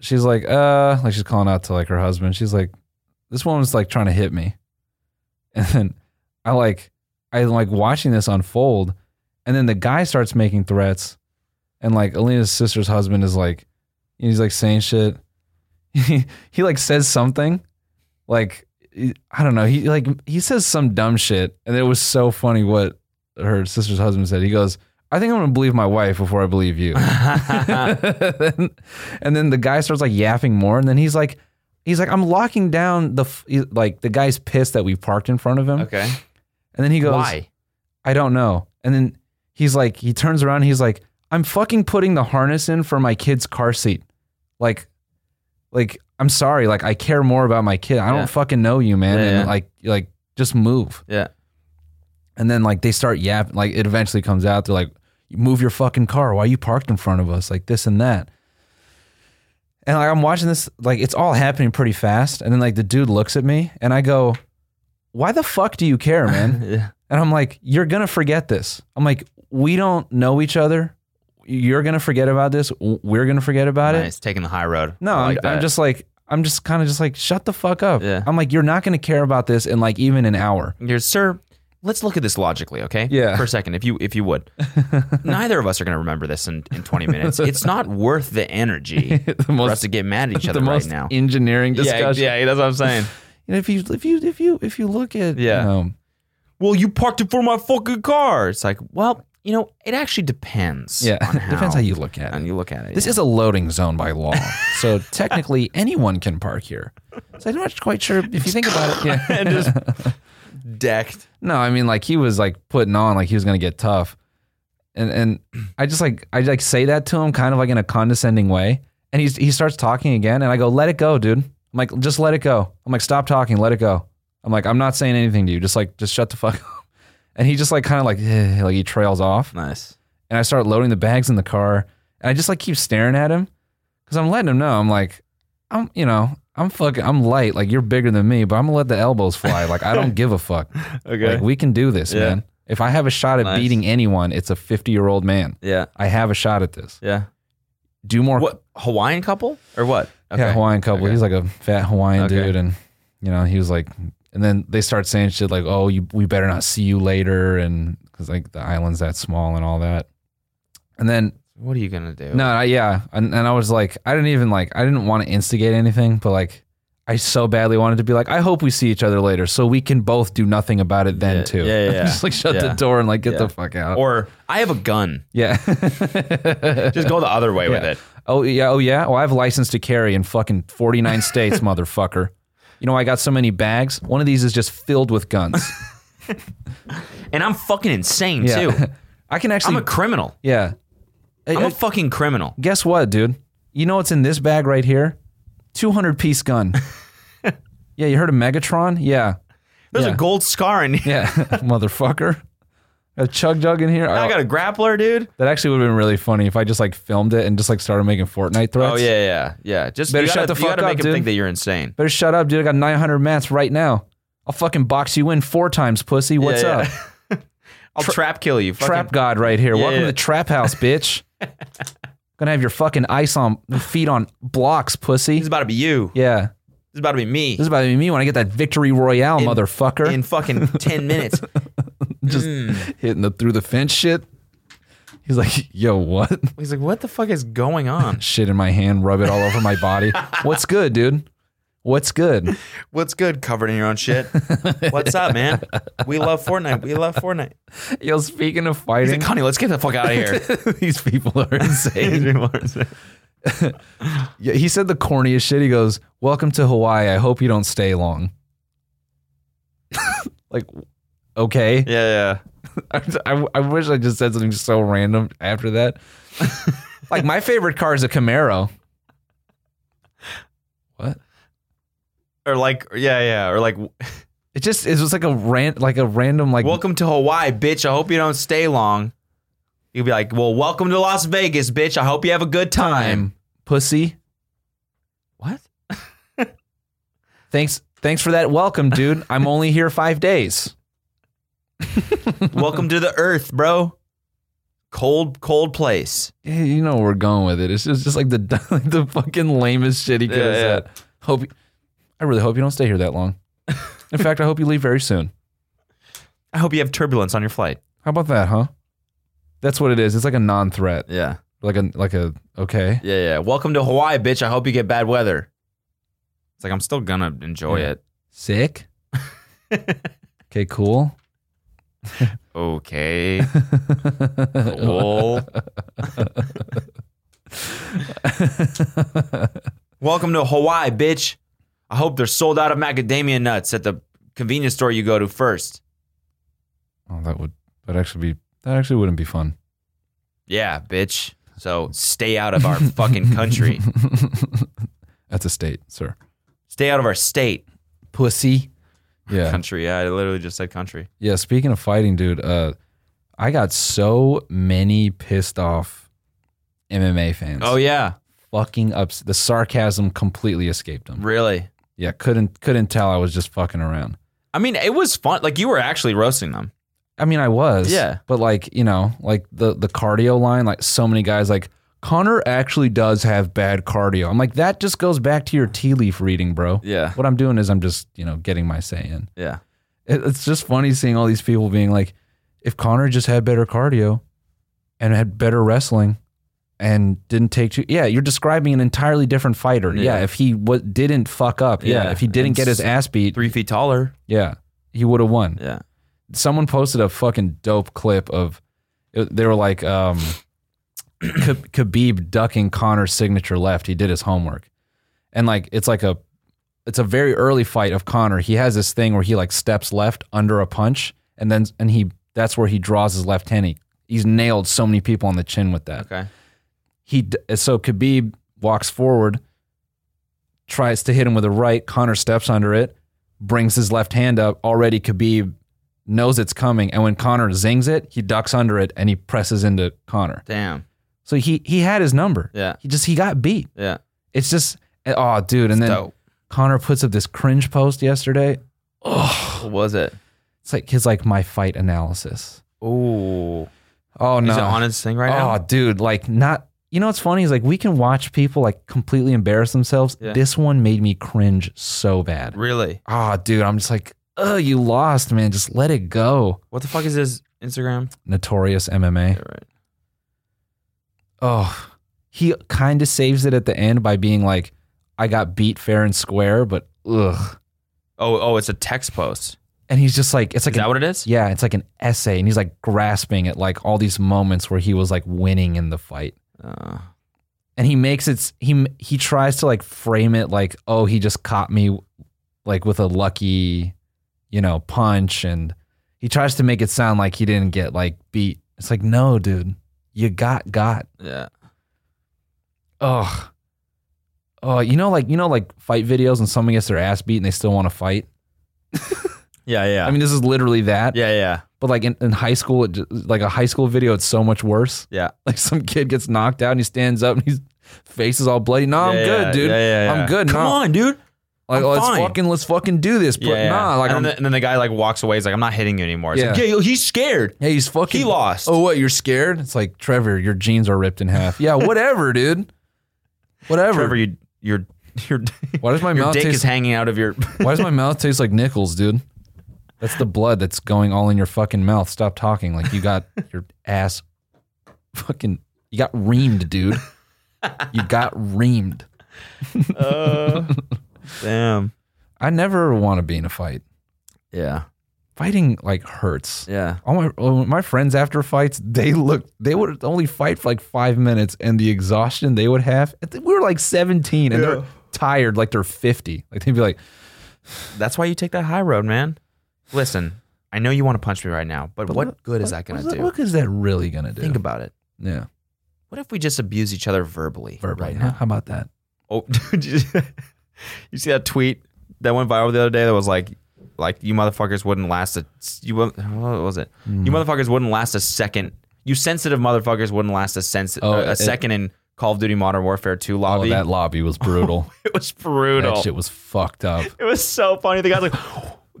C: she's like, uh, like she's calling out to like her husband. She's like, this woman's like trying to hit me. *laughs* And then I like, I like watching this unfold. And then the guy starts making threats. And like Alina's sister's husband is like, he's like saying shit. *laughs* He, he like says something like, I don't know. He like, he says some dumb shit. And it was so funny what her sister's husband said. He goes, I think I'm going to believe my wife before I *laughs* believe you and then the guy starts like yapping more, and then he's like, he's like, I'm locking down the f- he- like the guy's pissed that we parked in front of
B: *laughs*
C: him.
B: Okay.
C: And then he goes,
B: Why?
C: I don't know. And then he's like, he turns around, he's like, I'm fucking putting the harness in for my kid's car seat. Like, like, I'm sorry, like I care more about my kid. I
B: Yeah.
C: don't fucking know you, man.
B: Yeah,
C: and
B: yeah.
C: like like just move.
B: Yeah.
C: And then like they start yapping, like it eventually comes out. They're like, move your fucking car. Why you parked in front of us? Like this and that. And like I'm watching this, like it's all happening pretty fast. And then like the dude looks at me and I go, Why the fuck do you care, man?
B: *laughs* Yeah.
C: And I'm like, you're going to forget this. I'm like, we don't know each other. You're going to forget about this. We're going to forget about
B: Nice.
C: it.
B: Taking the high road.
C: No,
B: I
C: I'm,
B: like
C: I'm
B: that.
C: just like, I'm just kind of just like, shut the fuck up.
B: Yeah.
C: I'm like, you're not going to care about this in like even an hour.
B: You're, sir, let's look at this logically, okay?
C: Yeah.
B: For a second, if you if you
C: *laughs*
B: would. Neither of us are going to remember this in, in 20 minutes. It's not worth the energy
C: *laughs* the
B: for us
C: most,
B: to get mad at each
C: *laughs* the
B: other right
C: most
B: now.
C: engineering
B: Yeah,
C: discussion.
B: yeah, that's what I'm saying.
C: And if you, if you, if you, if you look at, um,
B: Yeah.
C: you know,
B: *laughs* well, you parked it for my fucking car. It's like, well, you know, it actually depends.
C: yeah,
B: on how,
C: depends how you look at *laughs* it.
B: and you look at it.
C: This is a loading zone by law. so technically *laughs* anyone can park here. So I'm not quite sure if you think about it. Yeah.
B: *laughs* and just decked.
C: *laughs* No, I mean like he was like putting on like he was gonna get tough, and and I just like I like say that to him kind of like in a condescending way, and he's he starts talking again, and I go let it go, dude. I'm like just let it go. I'm like stop talking, let it go. I'm like I'm not saying anything to you. Just like just shut the fuck *laughs* up. And he just like kind of like *sighs* eh, like he trails off,
B: Nice.
C: and I start loading the bags in the car, and I just like keep staring at him because I'm letting him know I'm like I'm you know. I'm fucking. I'm light. Like you're bigger than me, but I'm gonna let the elbows fly. Like I don't give
B: *laughs*
C: a fuck.
B: Okay.
C: Like we can do this,
B: Yeah.
C: man. If I have a shot at
B: Nice.
C: beating anyone, it's a 50 year old man.
B: yeah.
C: I have a shot at this.
B: Yeah.
C: Do more.
B: What Hawaiian couple or what?
C: Yeah, Hawaiian couple.
B: Okay.
C: He's like a fat Hawaiian
B: Okay.
C: dude, and you know he was like, and then they start saying shit like, "Oh, you, we better not see you later," and because like the island's that small and all that. And then
B: What are you gonna do?
C: no, I, yeah, and, and I was like, I didn't even like, I didn't want to instigate anything, but like, I so badly wanted to be like, I hope we see each other later, so we can both do nothing about it then
B: Yeah,
C: too.
B: yeah, yeah,
C: *laughs* Just like shut the
B: yeah.
C: door and like get
B: Yeah.
C: the fuck out.
B: Or I have a gun. *laughs*
C: Yeah.
B: Just go the other way with
C: *laughs* Yeah.
B: it.
C: oh yeah. Oh yeah. Oh, I have license to carry in fucking
B: *laughs*
C: forty nine states, motherfucker. You know I got so many bags. One of these is just filled
B: *laughs*
C: with guns.
B: And I'm fucking insane
C: Yeah. *laughs*
B: too.
C: I can actually.
B: I'm a criminal.
C: yeah. I-
B: I'm
C: I-
B: a fucking criminal.
C: guess what, dude? You know what's in this bag right here? Two hundred piece gun.
B: *laughs*
C: yeah. You heard of Megatron? Yeah.
B: There's
C: Yeah.
B: a gold scar
C: *laughs*
B: in here.
C: Yeah. motherfucker. A chug jug in here. Oh,
B: I got a grappler, dude.
C: that actually would have been really funny if I just like filmed it and just like started making Fortnite threats.
B: Oh yeah, yeah, yeah. Just
C: Better
B: you gotta,
C: shut the
B: you
C: fuck
B: gotta
C: up,
B: make him
C: dude.
B: think that you're insane.
C: Better shut up, dude. I got 900 mats right now. I'll fucking box you in four times, pussy. What's
B: yeah. *laughs*
C: up?
B: I'll trap kill you. Fucking-
C: Trap God right here. Welcome
B: yeah.
C: to Trap
B: *laughs*
C: House, bitch. Gonna have your fucking ice on feet on blocks, pussy.
B: This is about to be you.
C: Yeah.
B: This is about to be me
C: This is about to be me when I get that victory royale, motherfucker.
B: in fucking ten *laughs* minutes.
C: Just hitting the through the fence shit. He's like, yo, what? *laughs*
B: He's like, what the fuck is going on?
C: Shit in my hand, rub it all over my *laughs* body. What's good, dude? What's good?
B: What's good? Covered in your own *laughs* shit. What's up, man? *laughs* We love Fortnite. We love Fortnite.
C: *laughs* Yo, speaking of
B: He's
C: fighting,
B: like, Connie, let's get the fuck out of *laughs* here.
C: *laughs* these people are insane.
B: Dude,
C: Yeah, he said the corniest shit. He goes, "Welcome to Hawaii. I hope you don't stay long." *laughs* like, okay.
B: yeah,
C: *laughs* I, I, I wish I just said something so random after that. *laughs* like my favorite car is a Camaro. What?
B: yeah. Or like, yeah, yeah. Or like,
C: It just it was like a rant, like a random like.
B: welcome to Hawaii, bitch. I hope you don't stay long. You'll be like, well, welcome to Las Vegas, bitch. I hope you have a good *laughs* time.
C: time, pussy.
B: What?
C: *laughs* Thanks, thanks for that welcome, dude. I'm only here five days.
B: welcome to the Earth, bro. Cold, cold place.
C: Yeah, you know where we're going with it. It's just, just like the *laughs* like the fucking lamest shit he could have
B: Yeah,
C: said. Hope I really hope you don't stay here that long. In fact, I hope you leave very soon.
B: I hope you have turbulence on your flight.
C: How about that, huh? That's what it is. It's like a non-threat,
B: Yeah,
C: like a like a okay.
B: yeah, yeah. Welcome to Hawaii, bitch. I hope you get bad weather. It's like I'm still gonna enjoy
C: Yeah.
B: it. *laughs*
C: Sick. okay, cool.
B: *laughs* Okay. Cool. Welcome to Hawaii, bitch. I hope they're sold out of macadamia nuts at the convenience store you go to first.
C: Oh, that would that actually be that actually wouldn't be fun.
B: Yeah, bitch. So stay out of our fucking *laughs* country.
C: That's a state, sir.
B: Stay out of our state.
D: Pussy.
C: Yeah.
B: Country. Yeah, I literally just said country.
C: *laughs* Yeah, speaking of fighting, dude, uh I got so many pissed off MMA fans.
B: Oh yeah,
C: Fucking ups the sarcasm completely escaped them.
B: really?
C: Yeah, couldn't couldn't tell I was just fucking around.
B: I mean, it was fun. Like you were actually roasting them.
C: I mean, I was.
B: Yeah.
C: But like, you know, like the the cardio line, like so many guys like Connor actually does have bad cardio. I'm like, that just goes back to your tea leaf reading, bro.
B: Yeah,
C: What I'm doing is I'm just, you know, getting my say in.
B: yeah.
C: It, it's just funny seeing all these people being like, if Connor just had better cardio and had better wrestling and didn't take too, yeah, you're describing an entirely different fighter. Yeah.
B: Yeah.
C: if he w- didn't fuck up, yeah,
B: Yeah.
C: if he didn't
B: And
C: get his
B: s-
C: ass beat,
B: Three feet taller.
C: yeah, he would have won
B: Yeah.
C: someone posted a fucking dope clip of it- they were like um K- Khabib ducking Connor's signature left. He did his homework. And like it's like a it's a very early fight of Connor. He has this thing where he like steps left under a punch and then and he that's where he draws his left hand. He, he's nailed so many people on the chin with that
B: Okay.
C: he d- so Khabib walks forward, tries to hit him with a right. Connor steps under it, brings his left hand up. Already, Khabib knows it's coming, and when Connor zings it, he ducks under it and he presses into Connor.
B: Damn.
C: So he he had his number.
B: Yeah.
C: He just he got beat.
B: Yeah.
C: It's just oh dude, and then
B: so
C: Connor puts up this cringe post yesterday. Oh,
B: what was it?
C: it's like his like my fight analysis.
B: Ooh.
C: Oh no,
B: Is it on his thing right
C: oh,
B: now?
C: dude, like not. You know what's funny is like we can watch people like completely embarrass themselves.
B: Yeah.
C: This one made me cringe so bad.
B: Really?
C: Ah, dude, I'm just like, oh, you lost, man. Just let it go.
B: What the fuck is his Instagram?
C: Notorious MMA.
B: Yeah, right.
C: Oh, he kind of saves it at the end by being like, I got beat fair and square, but ugh.
B: Oh, oh, it's a text post.
C: And he's just like, it's like
B: is that
C: an-
B: what it is?
C: yeah, it's like an essay, and he's like grasping at like all these moments where he was like winning in the fight.
B: Uh,
C: and he makes it he he tries to like frame it like oh he just caught me like with a lucky you know punch and he tries to make it sound like he didn't get like beat it's like no dude you got got
B: yeah.
C: ugh oh you know like you know like fight videos and someone gets their ass beat and they still want to fight
B: Yeah. Yeah.
C: i mean this is literally that
B: yeah. Yeah.
C: but like in, in high school it, ju- like a high school video it's so much worse *laughs*
B: Yeah.
C: like some kid gets knocked out and he stands up and his face is all bloody no i'm
B: Yeah,
C: good
B: yeah,
C: dude
B: yeah, yeah,
C: i'm
B: yeah.
C: good
B: Come
C: no.
B: on, dude.
C: Like,
B: I'm
C: let's
B: fine.
C: fucking let's fucking do this. But nah, like,
B: and,
C: I'm,
B: then, and then the guy like walks away. He's like, I'm not hitting you anymore. It's like,
C: Yeah.
B: yeah, he's scared.
C: hey, he's fucking.
B: He lost.
C: Oh, what? You're scared? It's like Trevor, your jeans are ripped in
B: *laughs*
C: half. Yeah, whatever, dude. Whatever.
B: Trevor, you, *laughs* your, your,
C: why does my
B: your
C: mouth
B: dick
C: taste?
B: is hanging out of your. *laughs*
C: why does my mouth taste like nickels, dude? That's the blood that's going all in your fucking mouth. Stop talking. Like
B: *laughs*
C: you got your ass, fucking. You got reamed, dude. You got reamed.
B: uh, damn.
C: I never want to be in a fight.
B: Yeah.
C: Fighting like hurts.
B: Yeah.
C: All my all my friends after fights, they look they would only fight for like five minutes, and the exhaustion they would have. I think We were like seventeen, and they're tired, like they're fifty. Like they'd be like,
B: That's why you take that high road, man. Listen, I know you want to punch me right now, but, what, good is that going
C: what
B: to
C: is
B: do?
C: What is that really gonna do?
B: Think about it.
C: yeah,
B: What if we just abuse each other verbally?
C: verbally.
B: right
C: huh?
B: now?
C: How about that?
B: Oh, *laughs* dude, you, you see that tweet that went viral the other day that was like, like you motherfuckers wouldn't last a you wouldn't- what was it? You
C: Mm-hmm.
B: motherfuckers wouldn't last a second. You sensitive motherfuckers wouldn't last a sense
C: Oh,
B: a, a
C: it-
B: second in Call of Duty Modern Warfare 2
C: Oh,
B: lobby.
C: that lobby was brutal.
B: *laughs* it was
C: that
B: brutal.
C: shit was
B: *laughs*
C: fucked up.
B: It was so funny. The guy's like,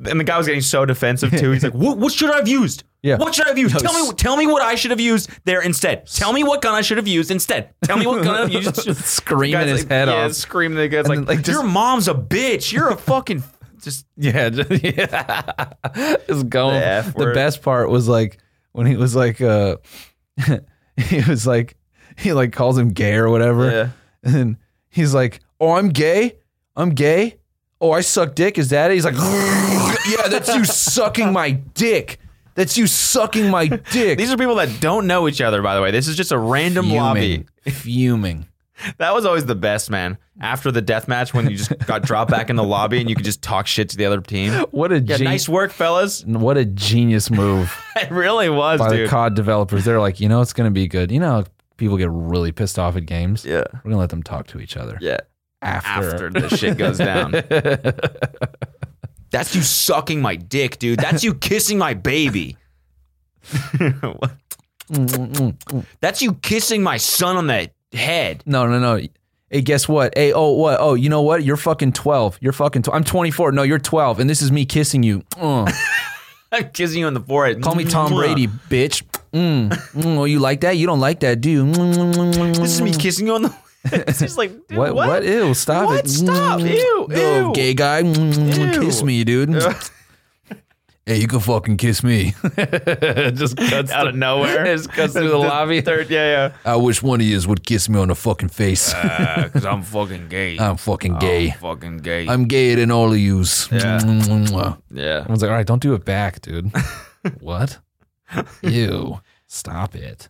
B: and the guy was getting so defensive too. He's like, "What, what should I have used?
C: Yeah.
B: What should I have used? Tell me, tell me what I should have used there instead. Tell me what gun I should have used instead. Tell me what gun I used."
C: *laughs* Screaming
B: Guy's
C: his
B: like,
C: head
B: yeah,
C: off.
B: screaming. The guy's like,
C: then, like, just-
B: "Your mom's a bitch. You're a fucking just."
C: *laughs* Yeah, just, *laughs* yeah. just going.
B: The F
C: The,
B: word.
C: best part was like when he was like, uh, *laughs* he was like, he like calls him gay or whatever,
B: Yeah.
C: and he's like, "Oh, I'm gay. I'm gay. Oh, I suck dick. Is that it?" He's like, *laughs* "Yeah, that's you sucking my dick. That's you sucking my dick."
B: These are people that don't know each other, by the way. This is just a random lobby.
C: fuming.
B: That was always the best, man. After the death match, when you
C: *laughs*
B: just got dropped back in the lobby and you could just talk shit to the other team.
C: What a
B: Yeah,
C: gen-
B: nice work, fellas. *laughs*
C: what a genius move
B: It really was,
C: by the
B: dude.
C: COD developers. They're like, you know, it's going to be good. You know, people get really pissed off at games.
B: yeah,
C: We're going to let them talk to each other
B: yeah.
C: after.
B: After the shit goes
C: *laughs*
B: down, that's you sucking my dick, dude. That's you kissing my
C: *laughs*
B: baby. that's you kissing my son on the head. *laughs*
C: No, no, no. Hey, guess what? Hey, oh, what? Oh, you know what? You're fucking 12. You're fucking, tw- I'm 24. No, you're 12. And this is me kissing you. Mm.
B: I'm kissing you on the forehead.
C: Call me Tom
B: Mwah.
C: Brady, bitch. Mm. Mm. Oh, you like that? You don't like that, do you? Mm,
B: This is me kissing you on the. *laughs* it's just like dude,
C: What? What? Ew! Stop
B: What?
C: it!
B: Stop. Ew,
C: No,
B: ew.
C: Gay guy, mm, kiss me,
B: *laughs*
C: dude. hey, you can fucking kiss me. just cuts
B: Out of
C: *laughs*
B: nowhere.
C: Just cuts
B: *laughs*
C: through the lobby.
B: Third, yeah,
C: I wish one of yous would kiss me on the fucking face.
B: yeah. Because Uh, I'm fucking gay.
C: *laughs* I'm fucking gay.
B: fucking gay.
C: I'm gayer than all of yous.
B: Oh. Yeah.
C: I
B: yeah.
C: was like, all right, don't do it back, *laughs* dude.
B: *laughs*
C: what? Ew! Stop it.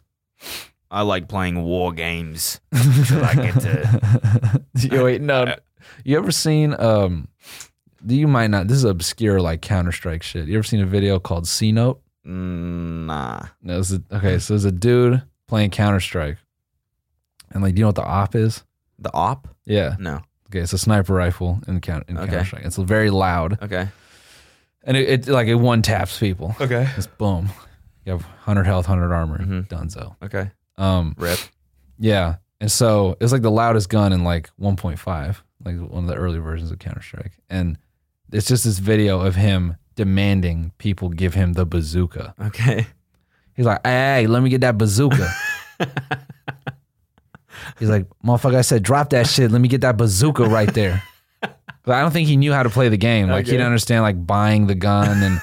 B: I like playing war games. 'Cause I get to.
C: *laughs* you, wait, no. You ever seen um you might not this is obscure like Counter Strike shit. You ever seen a video called C Note?
B: Mm, Nah.
C: No, it's a, okay, so there's a dude playing Counter Strike. And like do you know what the op is?
B: The op?
C: Yeah.
B: No.
C: Okay, it's a sniper rifle in Counter in
B: Okay.
C: Counter Strike. It's very loud.
B: Okay.
C: And it, it like it one taps people.
B: Okay.
C: Just boom. You have hundred health, hundred armor,
B: Mhm.
C: Dunzo.
B: Okay.
C: Um
B: Rip. *laughs*
C: Yeah. And so it's like the loudest gun in like 1.5, like one of the early versions of Counter Strike. And it's just this video of him demanding people give him the bazooka.
B: Okay.
C: He's like, hey, let me get that
B: *laughs*
C: bazooka. He's like, motherfucker, I said, drop that shit. Let me get that bazooka right there. But I don't think he knew how to play the game. Like, he
B: Okay.
C: didn't understand, like, buying the
B: *laughs*
C: gun and.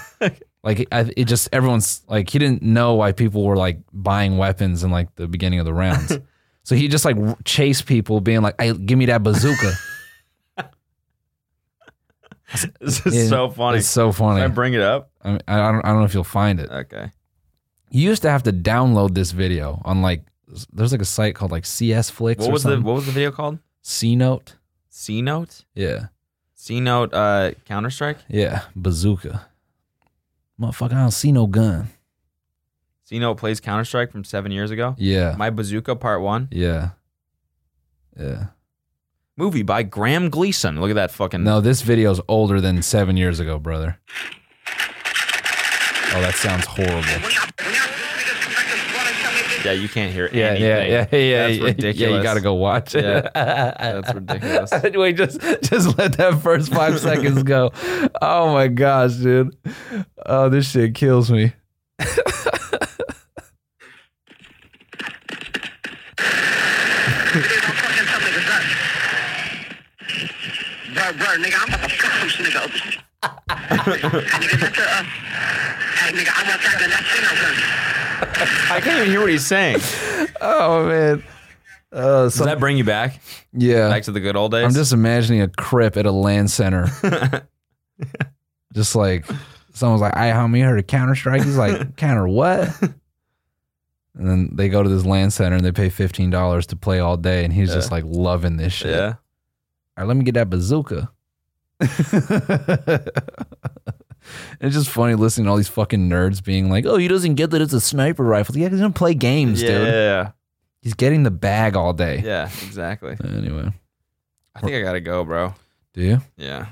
C: Like I, it just everyone's like he didn't know why people were like buying weapons in like the beginning of
B: *laughs*
C: the rounds, so he just like r- chased people, being like, "Hey, give me that bazooka!"
B: This is
C: Yeah,
B: so *laughs* funny.
C: It's so funny.
B: Can I bring it up?
C: I, mean, I, I don't I don't know if you'll find it.
B: Okay.
C: You used to have to download this video on like there's like a site called like CS Flicks.
B: What
C: or
B: was the
C: something.
B: What was the video called?
C: C Note?
B: C Note.
C: Yeah,
B: C Note. Uh, Counter Strike.
C: yeah, bazooka. Motherfucker, I don't see no gun.
B: C Note plays Counter Strike from seven years ago.
C: Yeah,
B: My Bazooka Part One.
C: yeah, yeah.
B: Movie by Graham Gleason. Look at that fucking.
C: No, this video's older than seven years ago, brother. Oh, that sounds horrible.
B: Yeah, you can't hear
C: *laughs* Yeah,
B: anything.
C: yeah, yeah, yeah,
B: That's
C: yeah. Yeah,
B: ridiculous.
C: you gotta go watch it.
B: Yeah.
C: *laughs*
B: That's ridiculous.
C: Wait, just just let that
B: *laughs*
C: first five seconds go. Oh my gosh, dude. Oh, this shit kills me.
E: Bro, bro, nigga, I'm about to fuck this nigga up. *laughs* Hey, nigga, that's a, uh, hey, nigga, I want that gun. That's in our gun.
B: I can't even hear what he's
C: *laughs*
B: saying.
C: Oh man. Uh,
B: Does
C: so,
B: that bring you back?
C: yeah.
B: Back to the good old days?
C: I'm just imagining a crip at a
B: *laughs*
C: land center. just like someone's like, "I homie, you heard of Counter Strike?"
B: *laughs*
C: He's like, "Counter what?" And then they go to this land center and they pay fifteen dollars to play all day, and he's
B: Yeah.
C: just like loving this shit. *laughs*
B: Yeah.
C: All right, let me get that bazooka.
B: *laughs*
C: it's just funny listening to all these fucking nerds being like, "Oh, he doesn't get that it's a sniper rifle. Yeah, he doesn't play games, dude.
B: Yeah.
C: He's getting the bag all day."
B: Yeah, exactly.
C: Anyway,
B: I think I gotta go, bro.
C: do you?
B: Yeah.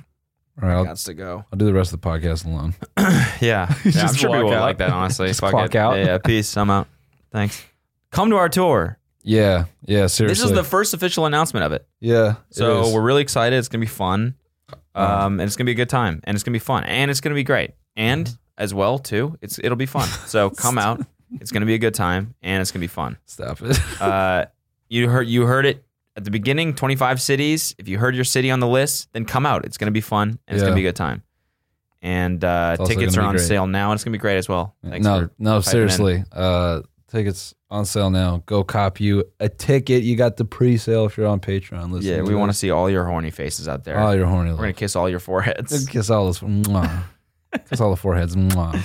C: All right, I'll,
B: Gots to go.
C: I'll do the rest of the podcast alone. *laughs*
B: Yeah. yeah I'm
C: Just
B: sure
C: walk
B: people would
C: out.
B: like that, honestly.
C: *laughs* Just
B: Fuck
C: clock
B: it.
C: out.
B: Yeah, yeah, peace. I'm out. Thanks. Come to our tour.
C: Yeah, yeah, seriously.
B: This is the first official announcement of it.
C: yeah. it
B: So
C: is. Uh-huh.
B: we're really excited. It's gonna be fun. Um, and it's gonna be a good time. And it's gonna be fun. And it's gonna be great.
C: Uh-huh.
B: And as well, too, it's it'll be
C: *laughs*
B: fun. So come out. It's gonna be a good time and it's gonna be fun.
C: stop it. *laughs*
B: Uh, you heard you heard it at the beginning. Twenty five cities. If you heard your city on the list, then come out. It's gonna be fun and it's gonna
C: Yeah.
B: be a good time. And uh,
C: It's also
B: tickets are
C: gonna be
B: on
C: great.
B: sale now, and it's gonna be great as well. Thanks
C: no,
B: for
C: no,
B: piping
C: seriously. Uh, tickets on sale now. Go cop you a ticket. You got the pre-sale if you're on Patreon. Listen,
B: yeah. We want to see all your horny faces out there.
C: Oh, you're horny.
B: We're gonna
C: little-
B: kiss all your foreheads.
C: kiss all
B: *laughs*
C: those. mwah. kiss all the foreheads. Mwah.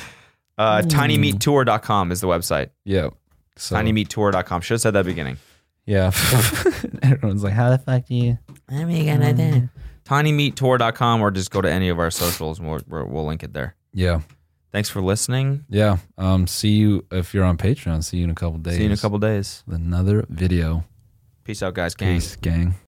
B: Uh, tinymeattour.com is the website.
C: Yeah. So
B: Tinymeattour.com. Should have said that at the beginning.
C: Yeah. *laughs* Everyone's like, how the fuck do you?
B: What are we gonna do? Tinymeattour.com or just go to any of our socials and we'll, we'll we'll link it there.
C: Yeah.
B: Thanks for listening.
C: Yeah. Um, see you if you're on Patreon. See you in a couple days.
B: See you in a couple days.
C: With another video.
B: Peace out, guys. Gang.
C: Peace, gang.